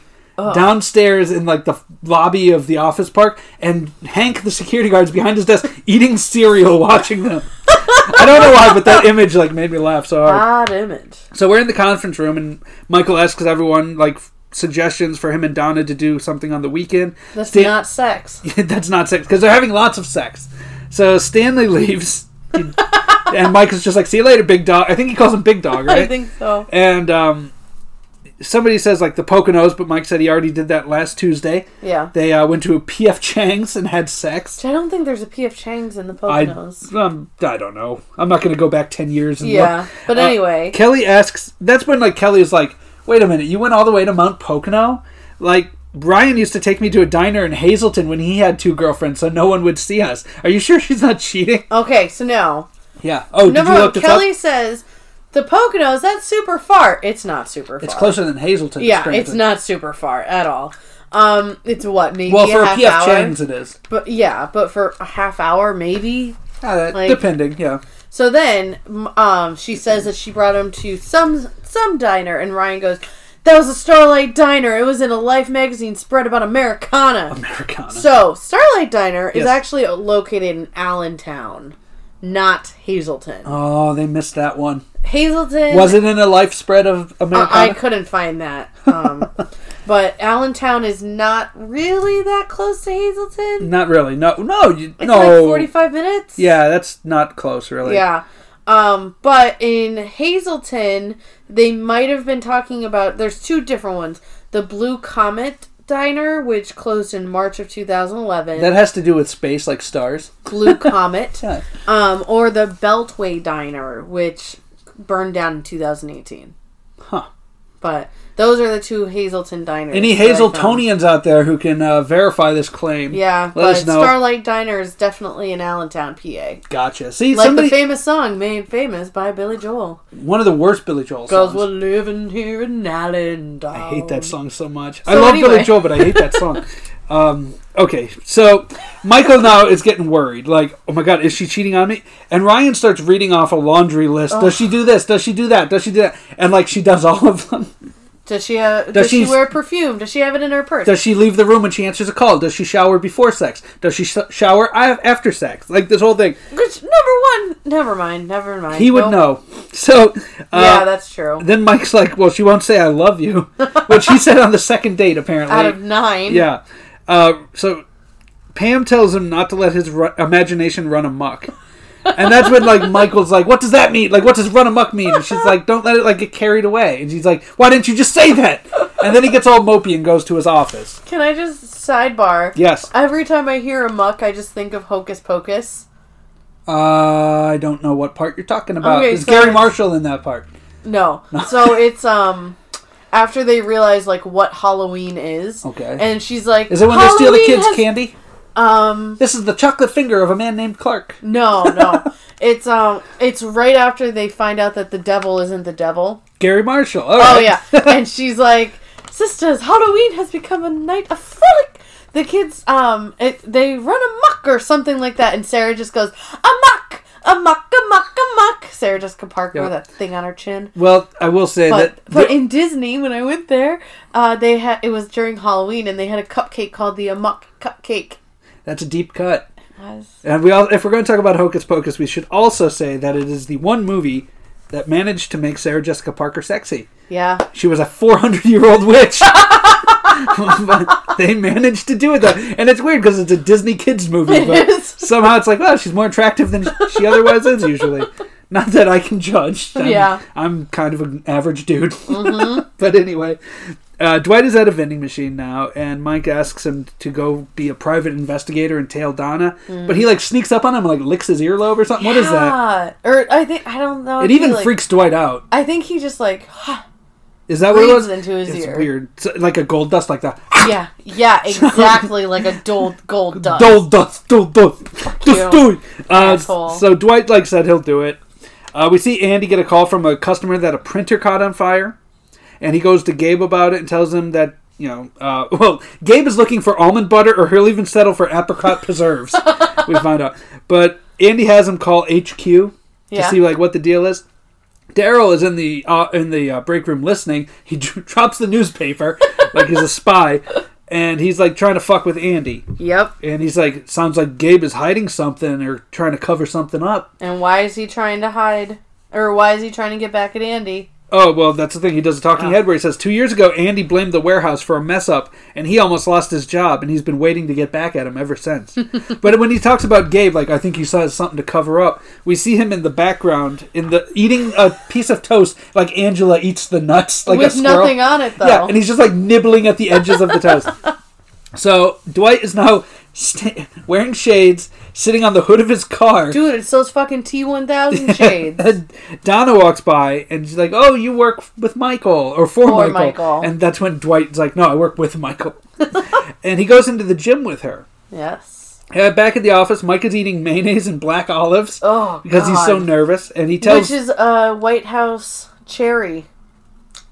downstairs in like the f- lobby of the office park, and Hank, the security guard's behind his desk eating cereal, watching them. I don't know why, but that image like made me laugh so hard. odd image. So we're in the conference room, and Michael asks everyone like f- suggestions for him and Donna to do something on the weekend. That's Stan- not sex. that's not sex because they're having lots of sex. So Stanley leaves. and Michael's just like, "See you later, big dog." I think he calls him big dog, right? I think so. And um, somebody says like the Poconos, but Mike said he already did that last Tuesday. Yeah. They uh, went to a PF Chang's and had sex. I don't think there's a P.F. Chang's in the I Poconos. um, I don't know. I'm not going to go back ten years. And yeah, look. but Uh, anyway, Kelly asks. That's when like Kelly is like, "Wait a minute, you went all the way to Mount Pocono? Like Ryan used to take me to a diner in Hazleton when he had two girlfriends, so no one would see us. Are you sure she's not cheating? okay. So now, Yeah. Oh, did number you one, look this Kelly up? says the Poconos. That's super far. It's not super far. It's closer than Hazleton. Yeah, granted. it's not super far at all. Um, it's what maybe Well, for a a half PF hour. Chang's, it is. But yeah, but for a half hour maybe. Uh, Like- depending, yeah. So then, m- um, she says that she brought him to some some diner, and Ryan goes, "That was a Starlight Diner. It was in a Life magazine spread about Americana." Americana. so Starlight Diner is Yes. actually located in Allentown, not Hazleton. Oh, they missed that one. Hazleton Was it in a life spread of Uh, I Americana? couldn't find that. Um, but Allentown is not really that close to Hazleton. not really. No, no, you, It's no. like 45 minutes. Yeah, that's not close, really. Yeah. Um, but in Hazleton, they might have been talking about. There's two different ones. The Blue Comet Diner, which closed in March of 2011. That has to do with space, like stars. Blue Comet. Yeah. Um, or the Beltway Diner, which burned down in 2018. Huh. But those are the two Hazleton diners. Any that I found. Hazeltonians out there who can uh, verify this claim? Yeah, Let but us know. Starlight Diner is definitely in Allentown, PA. Gotcha. See, Like somebody, the famous song made famous by Billy Joel. one of the worst Billy Joel Girls songs. were living here in Allentown. I hate that song so much. I Um, So love anyway. Billy Joel, but I hate that song. um, okay, so Michael now is getting worried. Like, oh my god, is she cheating on me? And Ryan starts reading off a laundry list. Does she do this? Does she do that? Does she do that? And like, she does all of them. Does she have? Does, Does she she- wear perfume? Does she have it in her purse? Does she leave the room when she answers a call? Does she shower before sex? Does she sh- shower a- after sex? Like this whole thing. Which- number one. Never mind. Never mind. He would Nope. know. So uh, yeah, that's true. then Mike's like, "Well, she won't say I love you," which he said on the second date apparently. Out of nine. Yeah. Uh, so Pam tells him not to let his ru- imagination run amok. And that's when like Michael's like, "What does that mean? Like, what does run amok mean?" And she's like, "Don't let it like get carried away." And she's like, "Why didn't you just say that?" And then he gets all mopey and goes to his office. Can I just sidebar? Yes, Every time I hear a muck, I just think of Hocus Pocus. uh, I don't know what part you're talking about. Okay, Is so Gary it's- Marshall in that part? No. so it's um after they realize like what Halloween is. Okay. And she's like, Is it when they steal the "Halloween kids' has- candy? Um, This is the chocolate finger of a man named Clark. no, no. it's um, it's right after they find out that the devil isn't the devil. Gary Marshall. All Oh right. yeah, and she's like, "Sisters, Halloween has become a night of frolic." The kids, um, it, they run amok or something like that, and Sarah just goes amok, amok, amok, amok. Sarah Jessica Parker Yeah. with that thing on her chin. well, I will say But that. but in Disney, when I went there, uh, they had it was during Halloween, and they had a cupcake called the Amok Cupcake. that's a deep cut. Was And we all, if we're going to talk about Hocus Pocus, we should also say that it is the one movie that managed to make Sarah Jessica Parker sexy. yeah. She was a 400 year old witch. but they managed to do it though, and it's weird because it's a Disney kids movie, but is. somehow it's like, oh, she's more attractive than she otherwise is usually. Not that I can judge. I'm- Yeah. Mm-hmm. I'm kind of an average dude. but anyway, uh, Dwight is at a vending machine now, and Mike asks him to go be a private investigator and tail Donna. Mm. But he like sneaks up on him, and, like licks his earlobe or something. What is that? Yeah. Or I think I don't know. It I feel even like- freaks Dwight out. I think he just like, Is that what it was? breathes into his it's ear. weird. It's like a gold dust, like that. yeah, yeah, exactly like a gold gold dust. Dole dust, dole dust, you, just do it. Uh, asshole. so Dwight like said he'll do it. Uh, we see Andy get a call from a customer that a printer caught on fire, and he goes to Gabe about it and tells him that you know, uh, well, Gabe is looking for almond butter, or he'll even settle for apricot preserves. we find out, but Andy has him call HQ to Yeah. see like what the deal is. Daryl is in the uh, in the uh, break room listening. He dr- drops the newspaper like he's a spy, and he's like trying to fuck with Andy. Yep. And he's like, sounds like Gabe is hiding something or trying to cover something up. And why is he trying to hide? Or why is he trying to get back at Andy? Oh, well, that's the thing. He does a Ah. talking head where he says, Two years ago, Andy blamed the warehouse for a mess up, and he almost lost his job, and he's been waiting to get back at him ever since. but when he talks about Gabe, like, I think he saw something to cover up, we see him in the background in the eating a piece of toast like Angela eats the nuts, like a With squirrel. nothing on it though. Yeah, and he's just like nibbling at the edges of the toast. So Dwight is now sta wearing shades, sitting on the hood of his car. Dude, it's those fucking T one thousand shades. And Donna walks by and she's like, "Oh, you work with Michael or for, For Michael. Michael. And that's when Dwight's like, "No, I work with Michael." and he goes into the gym with her. yes. Uh, back at the office, Mike is eating mayonnaise and black olives Oh, because he's so God. nervous, and he tells Which is a White House cherry.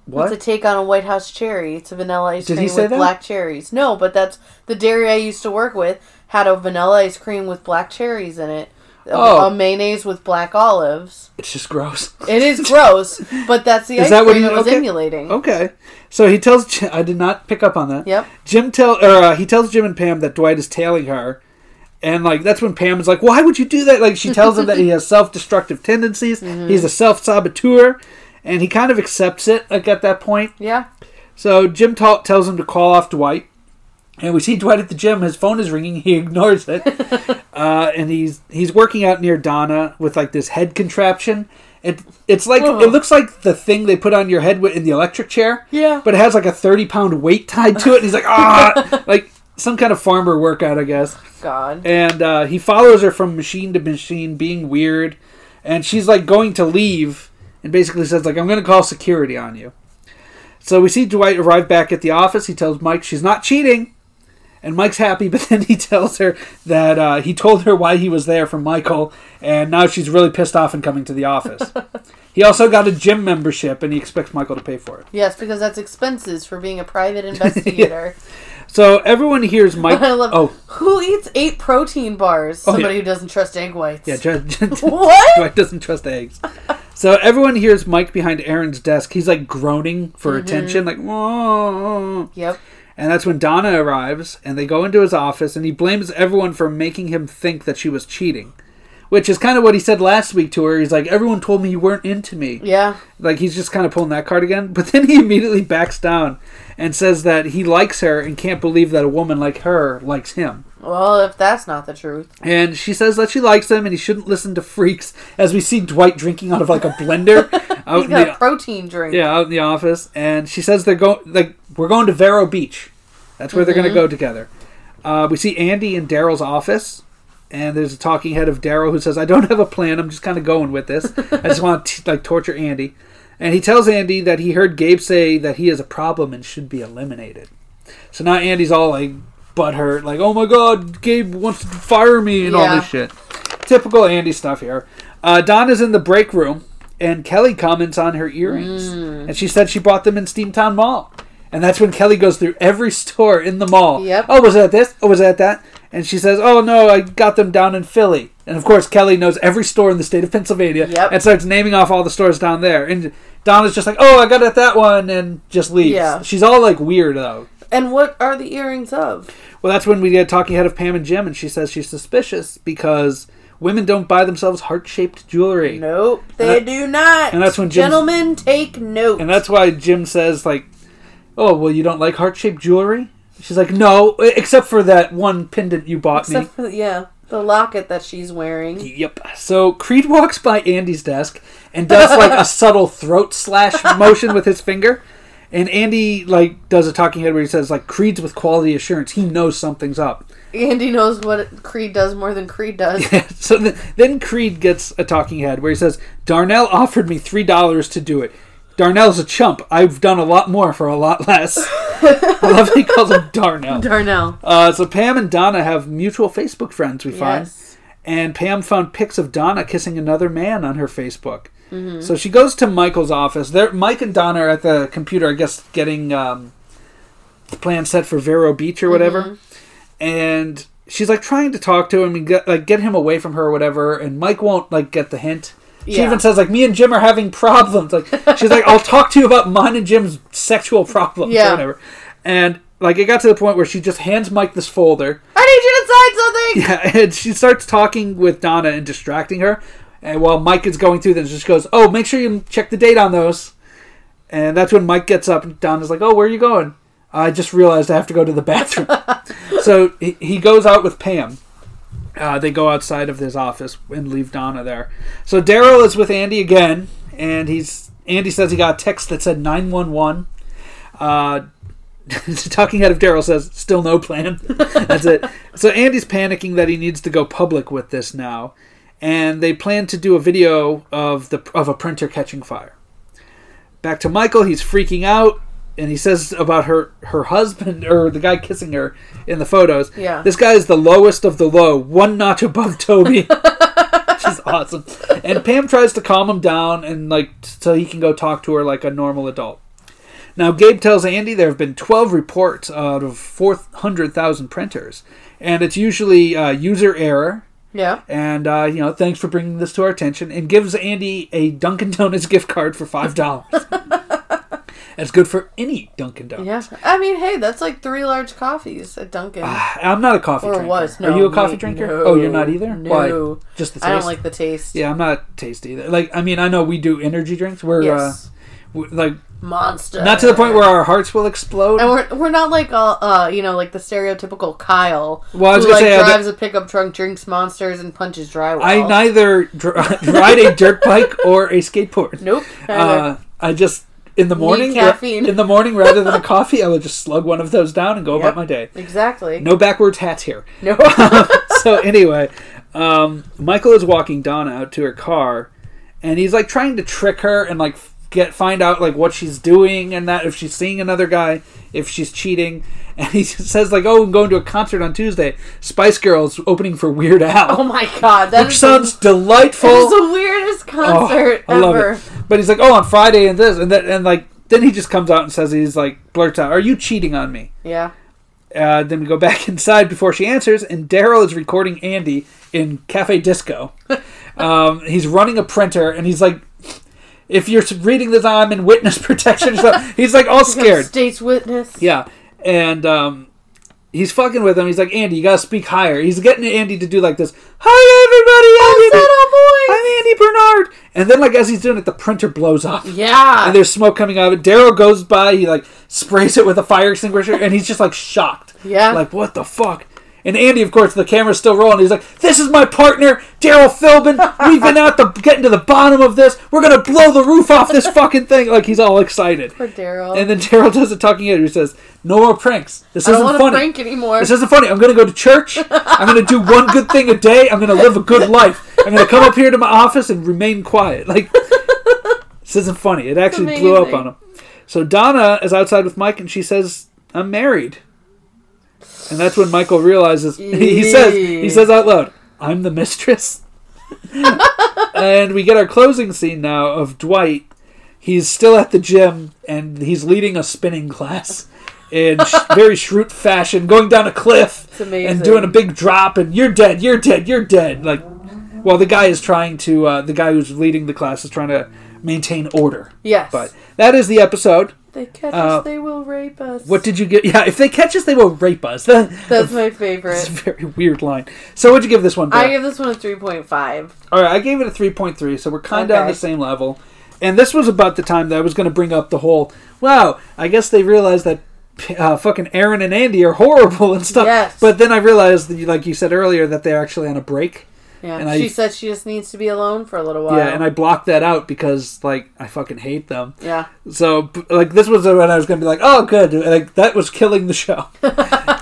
what? It's a take on a White House cherry. It's a vanilla ice Did he cream say with that? black cherries. No, but that's the dairy I used to work with had a vanilla ice cream with black cherries in it. A- Oh. A mayonnaise with black olives. it's just gross. It is gross, but that's the Is ice that what cream he- it was okay. Oh. emulating. Okay, so he tells. Jim, I did not pick up on that. Yep. Jim tell or uh, he tells Jim and Pam that Dwight is tailing her, and like that's when Pam is like, "Why would you do that?" Like she tells him that he has self-destructive tendencies. He's a self-saboteur, and he kind of accepts it like at that point. Yeah. So Jim ta- tells him to call off Dwight, and we see Dwight at the gym. His phone is ringing. He ignores it, uh, and he's he's working out near Donna with like this head contraption. It it's like Ugh. it looks like the thing they put on your head wi- in the electric chair. Yeah. but it has like a thirty pound weight tied to it. And he's like ah, like some kind of farmer workout, I guess. God. And uh, he follows her from machine to machine, being weird. And she's like going to leave, and basically says like I'm going to call security on you. So we see Dwight arrive back at the office. He tells Mike she's not cheating, and Mike's happy. But then he tells her that uh, he told her why he was there from Michael, and now she's really pissed off and coming to the office. he also got a gym membership, and he expects Michael to pay for it. Yes, because that's expenses for being a private investigator. So everyone hears Mike. I love oh who eats eight protein bars? yeah. Somebody who doesn't trust egg whites. yeah, Jen- Jen- What? Dwight doesn't trust eggs. So everyone hears Mike behind Aaron's desk. He's like groaning for attention, like whoa. Mm-hmm. Yep. And that's when Donna arrives, and they go into his office, and he blames everyone for making him think that she was cheating, which is kind of what he said last week to her. He's like, "Everyone told me you weren't into me." Yeah. Like he's just kind of pulling that card again. But then he immediately backs down and says that he likes her and can't believe that a woman like her likes him. Well, if that's not the truth. And she says that she likes him and he shouldn't listen to freaks, as we see Dwight drinking out of like a blender out He's in got a the protein drink. Oh, yeah out in the office. And she says they're going like we're going to Vero Beach. That's where they're going to go together. Uh, we see Andy in Daryl's office, and there's a talking head of Daryl who says, "I don't have a plan. I'm just kind of going with this. I just want to like torture Andy." And he tells Andy that he heard Gabe say that he is a problem and should be eliminated. So now Andy's all like butthurt, like, "Oh my god, Gabe wants to fire me and all Yeah. this shit." Typical Andy stuff here. Uh, Donna's in the break room, and Kelly comments on her earrings, Hmm. and she said she bought them in Steamtown Mall. And that's when Kelly goes through every store in the mall. Yep. Oh, was that this? Oh, was that that? And she says, "Oh no, I got them down in Philly." And of course, Kelly knows every store in the state of Pennsylvania Yep. and starts naming off all the stores down there. And Donna's just like, "Oh, I got it at that one," and just leaves. Yeah. She's all like weird though. And what are the earrings of? Well, that's when we get talking head of Pam and Jim, and she says she's suspicious because women don't buy themselves heart shaped jewelry. Nope, they that- do not. and that's when Jim's- gentlemen take note. And that's why Jim says, like, oh well you don't like heart shaped jewelry she's like no e, except for that one pendant you bought me Except for, yeah, the locket that she's wearing. Yep. So Creed walks by Andy's desk and does like a subtle throat slash motion with his finger. And Andy like does a talking head where he says like Creed's with quality assurance. He knows something's up. Andy knows what Creed does more than Creed does. so th- then Creed gets a talking head where he says Darnell offered me three dollars to do it. Darnell's a chump. I've done a lot more for a lot less. I love that he calls him Darnell. Darnell. Uh, so Pam and Donna have mutual Facebook friends. We find Yes. and Pam found pics of Donna kissing another man on her Facebook. Mm-hmm. So she goes to Michael's office. There, Mike and Donna are at the computer, I guess, getting um, the plan set for Vero Beach or whatever. Mm-hmm. And she's like trying to talk to him and get like get him away from her or whatever. And Mike won't like get the hint. She Yeah. even says like, "Me and Jim are having problems." Like she's like, "I'll talk to you about mine and Jim's sexual problems or Yeah. whatever." And like it got to the point where she just hands Mike this folder. I need you to sign something. Yeah, and she starts talking with Donna and distracting her. And while Mike is going through them, she just goes, Oh, make sure you check the date on those. And that's when Mike gets up and Donna's like, Oh, where are you going? I just realized I have to go to the bathroom. so he, he goes out with Pam. Uh, they go outside of his office and leave Donna there. So Daryl is with Andy again, and he's Andy says he got a text that said 911. Uh, talking head of Daryl says, "Still no plan." That's it. So Andy's panicking that he needs to go public with this now, and they plan to do a video of the of a printer catching fire. Back to Michael, he's freaking out, and he says about her her husband or the guy kissing her in the photos. Yeah. this guy is the lowest of the low, one notch above Toby. Which is awesome. And Pam tries to calm him down and like so he can go talk to her like a normal adult. Now, Gabe tells Andy there have been 12 reports out of 400,000 printers, and it's usually uh, user error. Yeah. And, uh, you know, thanks for bringing this to our attention, and gives Andy a Dunkin' Donuts gift card for $5. That's good for any Dunkin' Donuts. Yeah. I mean, hey, that's like three large coffees at Dunkin'. I'm not a coffee Or drinker. was, no, Are you a coffee wait, drinker? no, oh, you're not either? no. Why? Just the taste. I don't like the taste. Yeah, I'm not tasty either. Like, I mean, I know we do energy drinks. We're, Yes. uh, we, like, Monster. not to the point where our hearts will explode. And we're, we're not like all, uh you know like the stereotypical Kyle Well, I was who gonna like say, uh, drives a pickup truck, drinks monsters, and punches drywall. I neither dr- ride a dirt bike or a skateboard. Nope. neither. Uh, I just in the morning, caffeine. in the morning rather than a coffee, I will just slug one of those down and go about Yep. my day. exactly. No backwards hats here. No. so anyway, um, Michael is walking Donna out to her car, and he's like trying to trick her and like get find out like what she's doing and that if she's seeing another guy, if she's cheating, and he says like, "Oh, I'm going to a concert on Tuesday. Spice Girls opening for Weird Al." oh my god, that which is sounds delightful. It was the weirdest Oh, concert I love ever. it. But he's like, oh, on Friday and this and that, and like then he just comes out and says he's like blurts out, "Are you cheating on me?" Yeah. Uh, then we go back inside before she answers, and Daryl is recording Andy in Cafe Disco. um, he's running a printer, and he's like, "If you're reading this, I'm in witness protection." So he's like all scared. State's witness. Yeah, and um, he's fucking with him. He's like, Andy, you gotta speak higher. He's getting Andy to do like this. Hi, everybody. I'm Andy, I'm Andy Bernard. And then, like as he's doing it, the printer blows up. Yeah. And there's smoke coming out of it. Daryl goes by. He like sprays it with a fire extinguisher, and he's just like shocked. Yeah. Like what the fuck. And Andy, of course, the camera's still rolling. He's like, "This is my partner, Daryl Philbin. We've been out the getting to the bottom of this. We're gonna blow the roof off this fucking thing." Like he's all excited. For Daryl. And then Daryl does a talking head who says, No more pranks. This I don't isn't want to funny. prank anymore. This isn't funny. I'm going to go to church. I'm going to do one good thing a day. I'm going to live a good life. I'm going to come up here to my office and remain quiet. Like, this isn't funny. It actually blew up amazing. on him. So Donna is outside with Mike and she says, I'm married. And that's when Michael realizes, he says, he says out loud, I'm the mistress. and we get our closing scene now of Dwight he's still at the gym and he's leading a spinning class in sh- very shrewd fashion, going down a cliff amazing. and doing a big drop, and you're dead, you're dead, you're dead. Like, well, the guy is trying to, uh, the guy who's leading the class is trying to maintain order. yes. But that is the episode. they catch uh, us, they will rape us. What did you get? Yeah, if they catch us, they will rape us. That's That's my a favorite. very weird line. So, what'd you give this one? Brett? I give this one a 3.5. All right, I gave it a 3.3, so we're kind of on Okay. the same level. And this was about the time that I was going to bring up the whole, wow, I guess they realized that uh, fucking Aaron and Andy are horrible and stuff. Yes. But then I realized, that, you- like you said earlier, that they're actually on a break. Yeah, And I- she said she just needs to be alone for a little while. Yeah, and I blocked that out because, like, I fucking hate them. yeah. So, b- like, this was when I was going to be like, oh, good. Like, that was killing the show.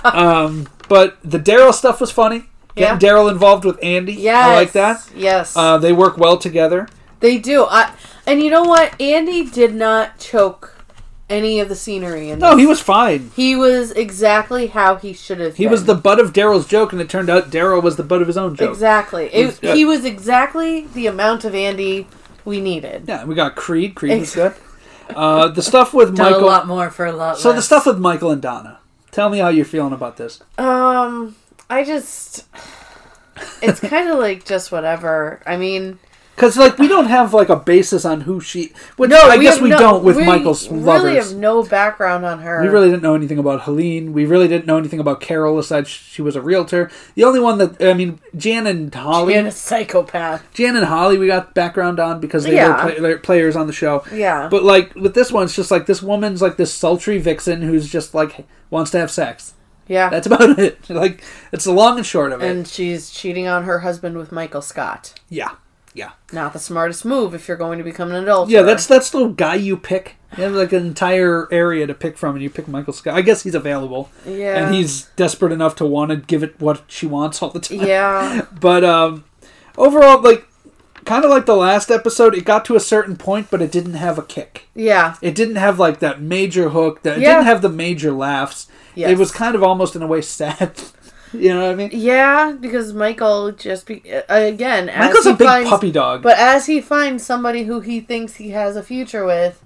um, but the Daryl stuff was funny. Getting Yeah. Daryl involved with Andy. Yes. I like that. Yes. Uh, they work well together. They do. I, and you know what? Andy did not choke any of the scenery. In No, this. he was fine. He was exactly how he should have. He was the butt of Daryl's joke, and it turned out Daryl was the butt of his own joke. exactly. It, Yeah. He was exactly the amount of Andy we needed. Yeah, we got Creed. Creed was good. Exact- Uh, the stuff with Done a Michael. lot more for a lot. So the less. stuff with Michael and Donna. Tell me how you're feeling about this. Um, I just. It's kind of like just whatever. I mean, Because like we don't have like a basis on who she. Which I guess have we no- don't with we Michael's really lovers. have no background on her. We really didn't know anything about Helene. We really didn't know anything about Carol aside sh- she was a realtor. The only one that I mean, Jan and Holly. and a psychopath. Jan and Holly, we got background on because they Yeah. were play- they're players on the show. Yeah. But like with this one, it's just like this woman's like this sultry vixen who's just like wants to have sex. Yeah. That's about it. Like it's the long and short of it. and she's cheating on her husband with Michael Scott. yeah, yeah, Not the smartest move if you're going to become an adult. yeah. That's that's the guy you pick. You have like an entire area to pick from, and you pick Michael Scott. I guess he's available. Yeah. And he's desperate enough to want to give it what she wants all the time. yeah. But um, overall, like kind of like the last episode, it got to a certain point, but it didn't have a kick. Yeah. It didn't have like that major hook. That it Yeah. didn't have the major laughs. Yes. It was kind of almost in a way sad. you know what I mean? Yeah, because Michael just be uh, again. as Michael's he a big finds- puppy dog. But as he finds somebody who he thinks he has a future with,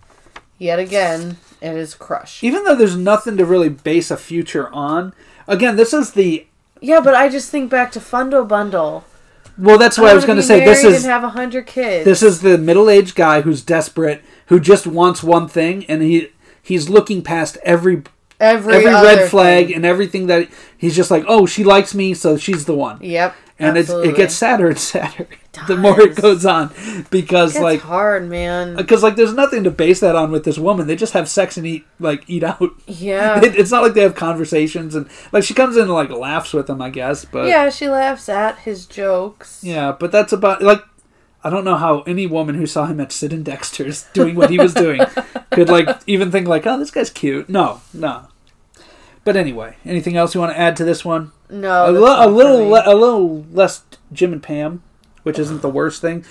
yet again, it is crushed. Even though there's nothing to really base a future on. Again, this is the Yeah, but I just think back to Fundo Bundle. well. That's why I, was going to say this married is and have a hundred kids. this is the middle-aged guy who's desperate, who just wants one thing, and he he's looking past every every every other red flag thing. and everything that he's just like, oh, she likes me, so she's the one. Yep. And it, absolutely. it gets sadder and sadder the more it does. goes on because It's like hard, man. because like there's nothing to base that on with this woman. They just have sex and eat like eat out. Yeah. It, it's not like they have conversations and like she comes in and like laughs with him, I guess. But Yeah, she laughs at his jokes. yeah, but that's about like I don't know how any woman who saw him at Sid and Dexter's doing what he was doing could like even think like, oh, this guy's cute. No, no. But anyway, anything else you want to add to this one? No, a, that's li- not a for little me. le- a little less Jim and Pam, which isn't the worst thing.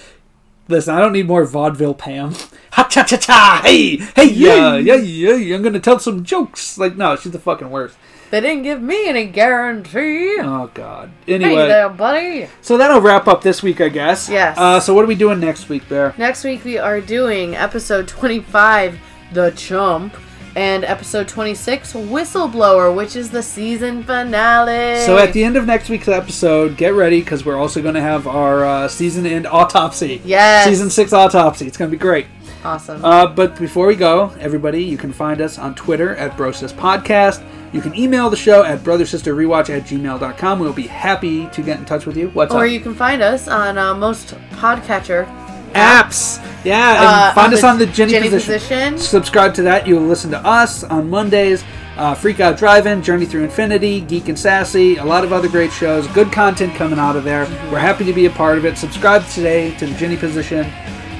Listen, I don't need more vaudeville Pam. Ha cha cha cha! Hey, hey, yeah, yeah, yeah, yeah. I'm gonna tell some jokes. Like, no, she's the fucking worst. They didn't give me any guarantee. Oh God. Hey Anyway, there, buddy. so that'll wrap up this week, I guess. Yes. Uh, so what are we doing next week, Bear? Next week we are doing episode 25, The Chump, and episode 26, Whistleblower, which is the season finale. So at the end of next week's episode, get ready because we're also going to have our uh, season end autopsy. Yes. Season six autopsy. It's going to be great. awesome. Uh, but before we go, everybody, you can find us on Twitter at Brosis Podcast. You can email the show at brothersisterrewatch at gmail.com. We'll be happy to get in touch with you. What's or up? you can find us on uh, most podcatcher. Apps. Yeah, and uh, find us on the Jenny, Jenny position. position. Subscribe to that. You'll listen to us on Mondays. Uh, Freak Out Drive-In, Journey Through Infinity, Geek and Sassy, a lot of other great shows. Good content coming out of there. We're happy to be a part of it. Subscribe today to the Jenny position.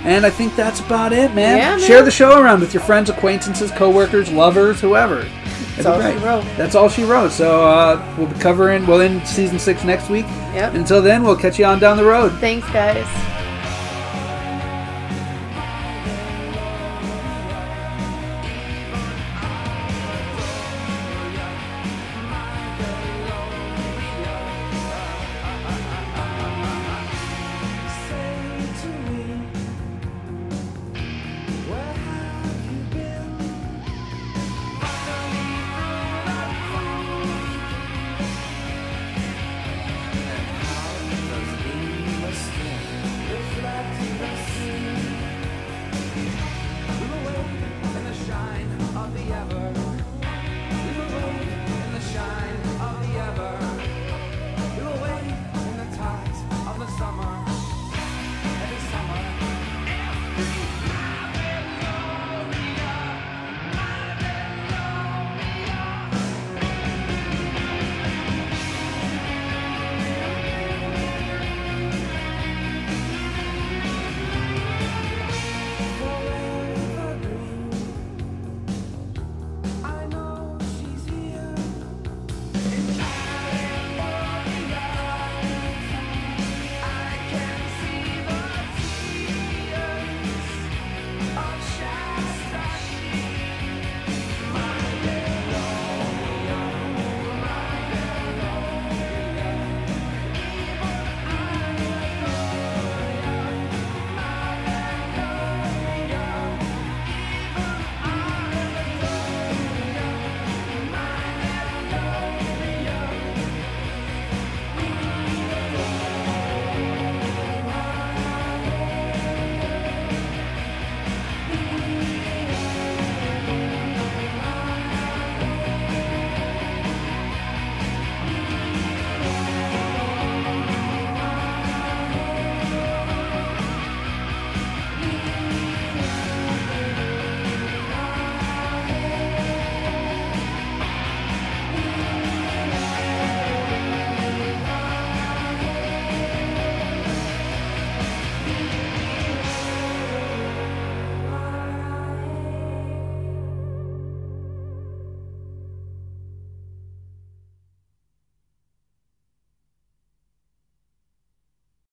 And I think that's about it, man. Yeah, man. Share the show around with your friends, acquaintances, coworkers, lovers, whoever. That's all she wrote. That's all she wrote. So uh, we'll be covering, we'll end season six next week. Yep. Until then, we'll catch you on down the road. Thanks, guys. Shine of the ever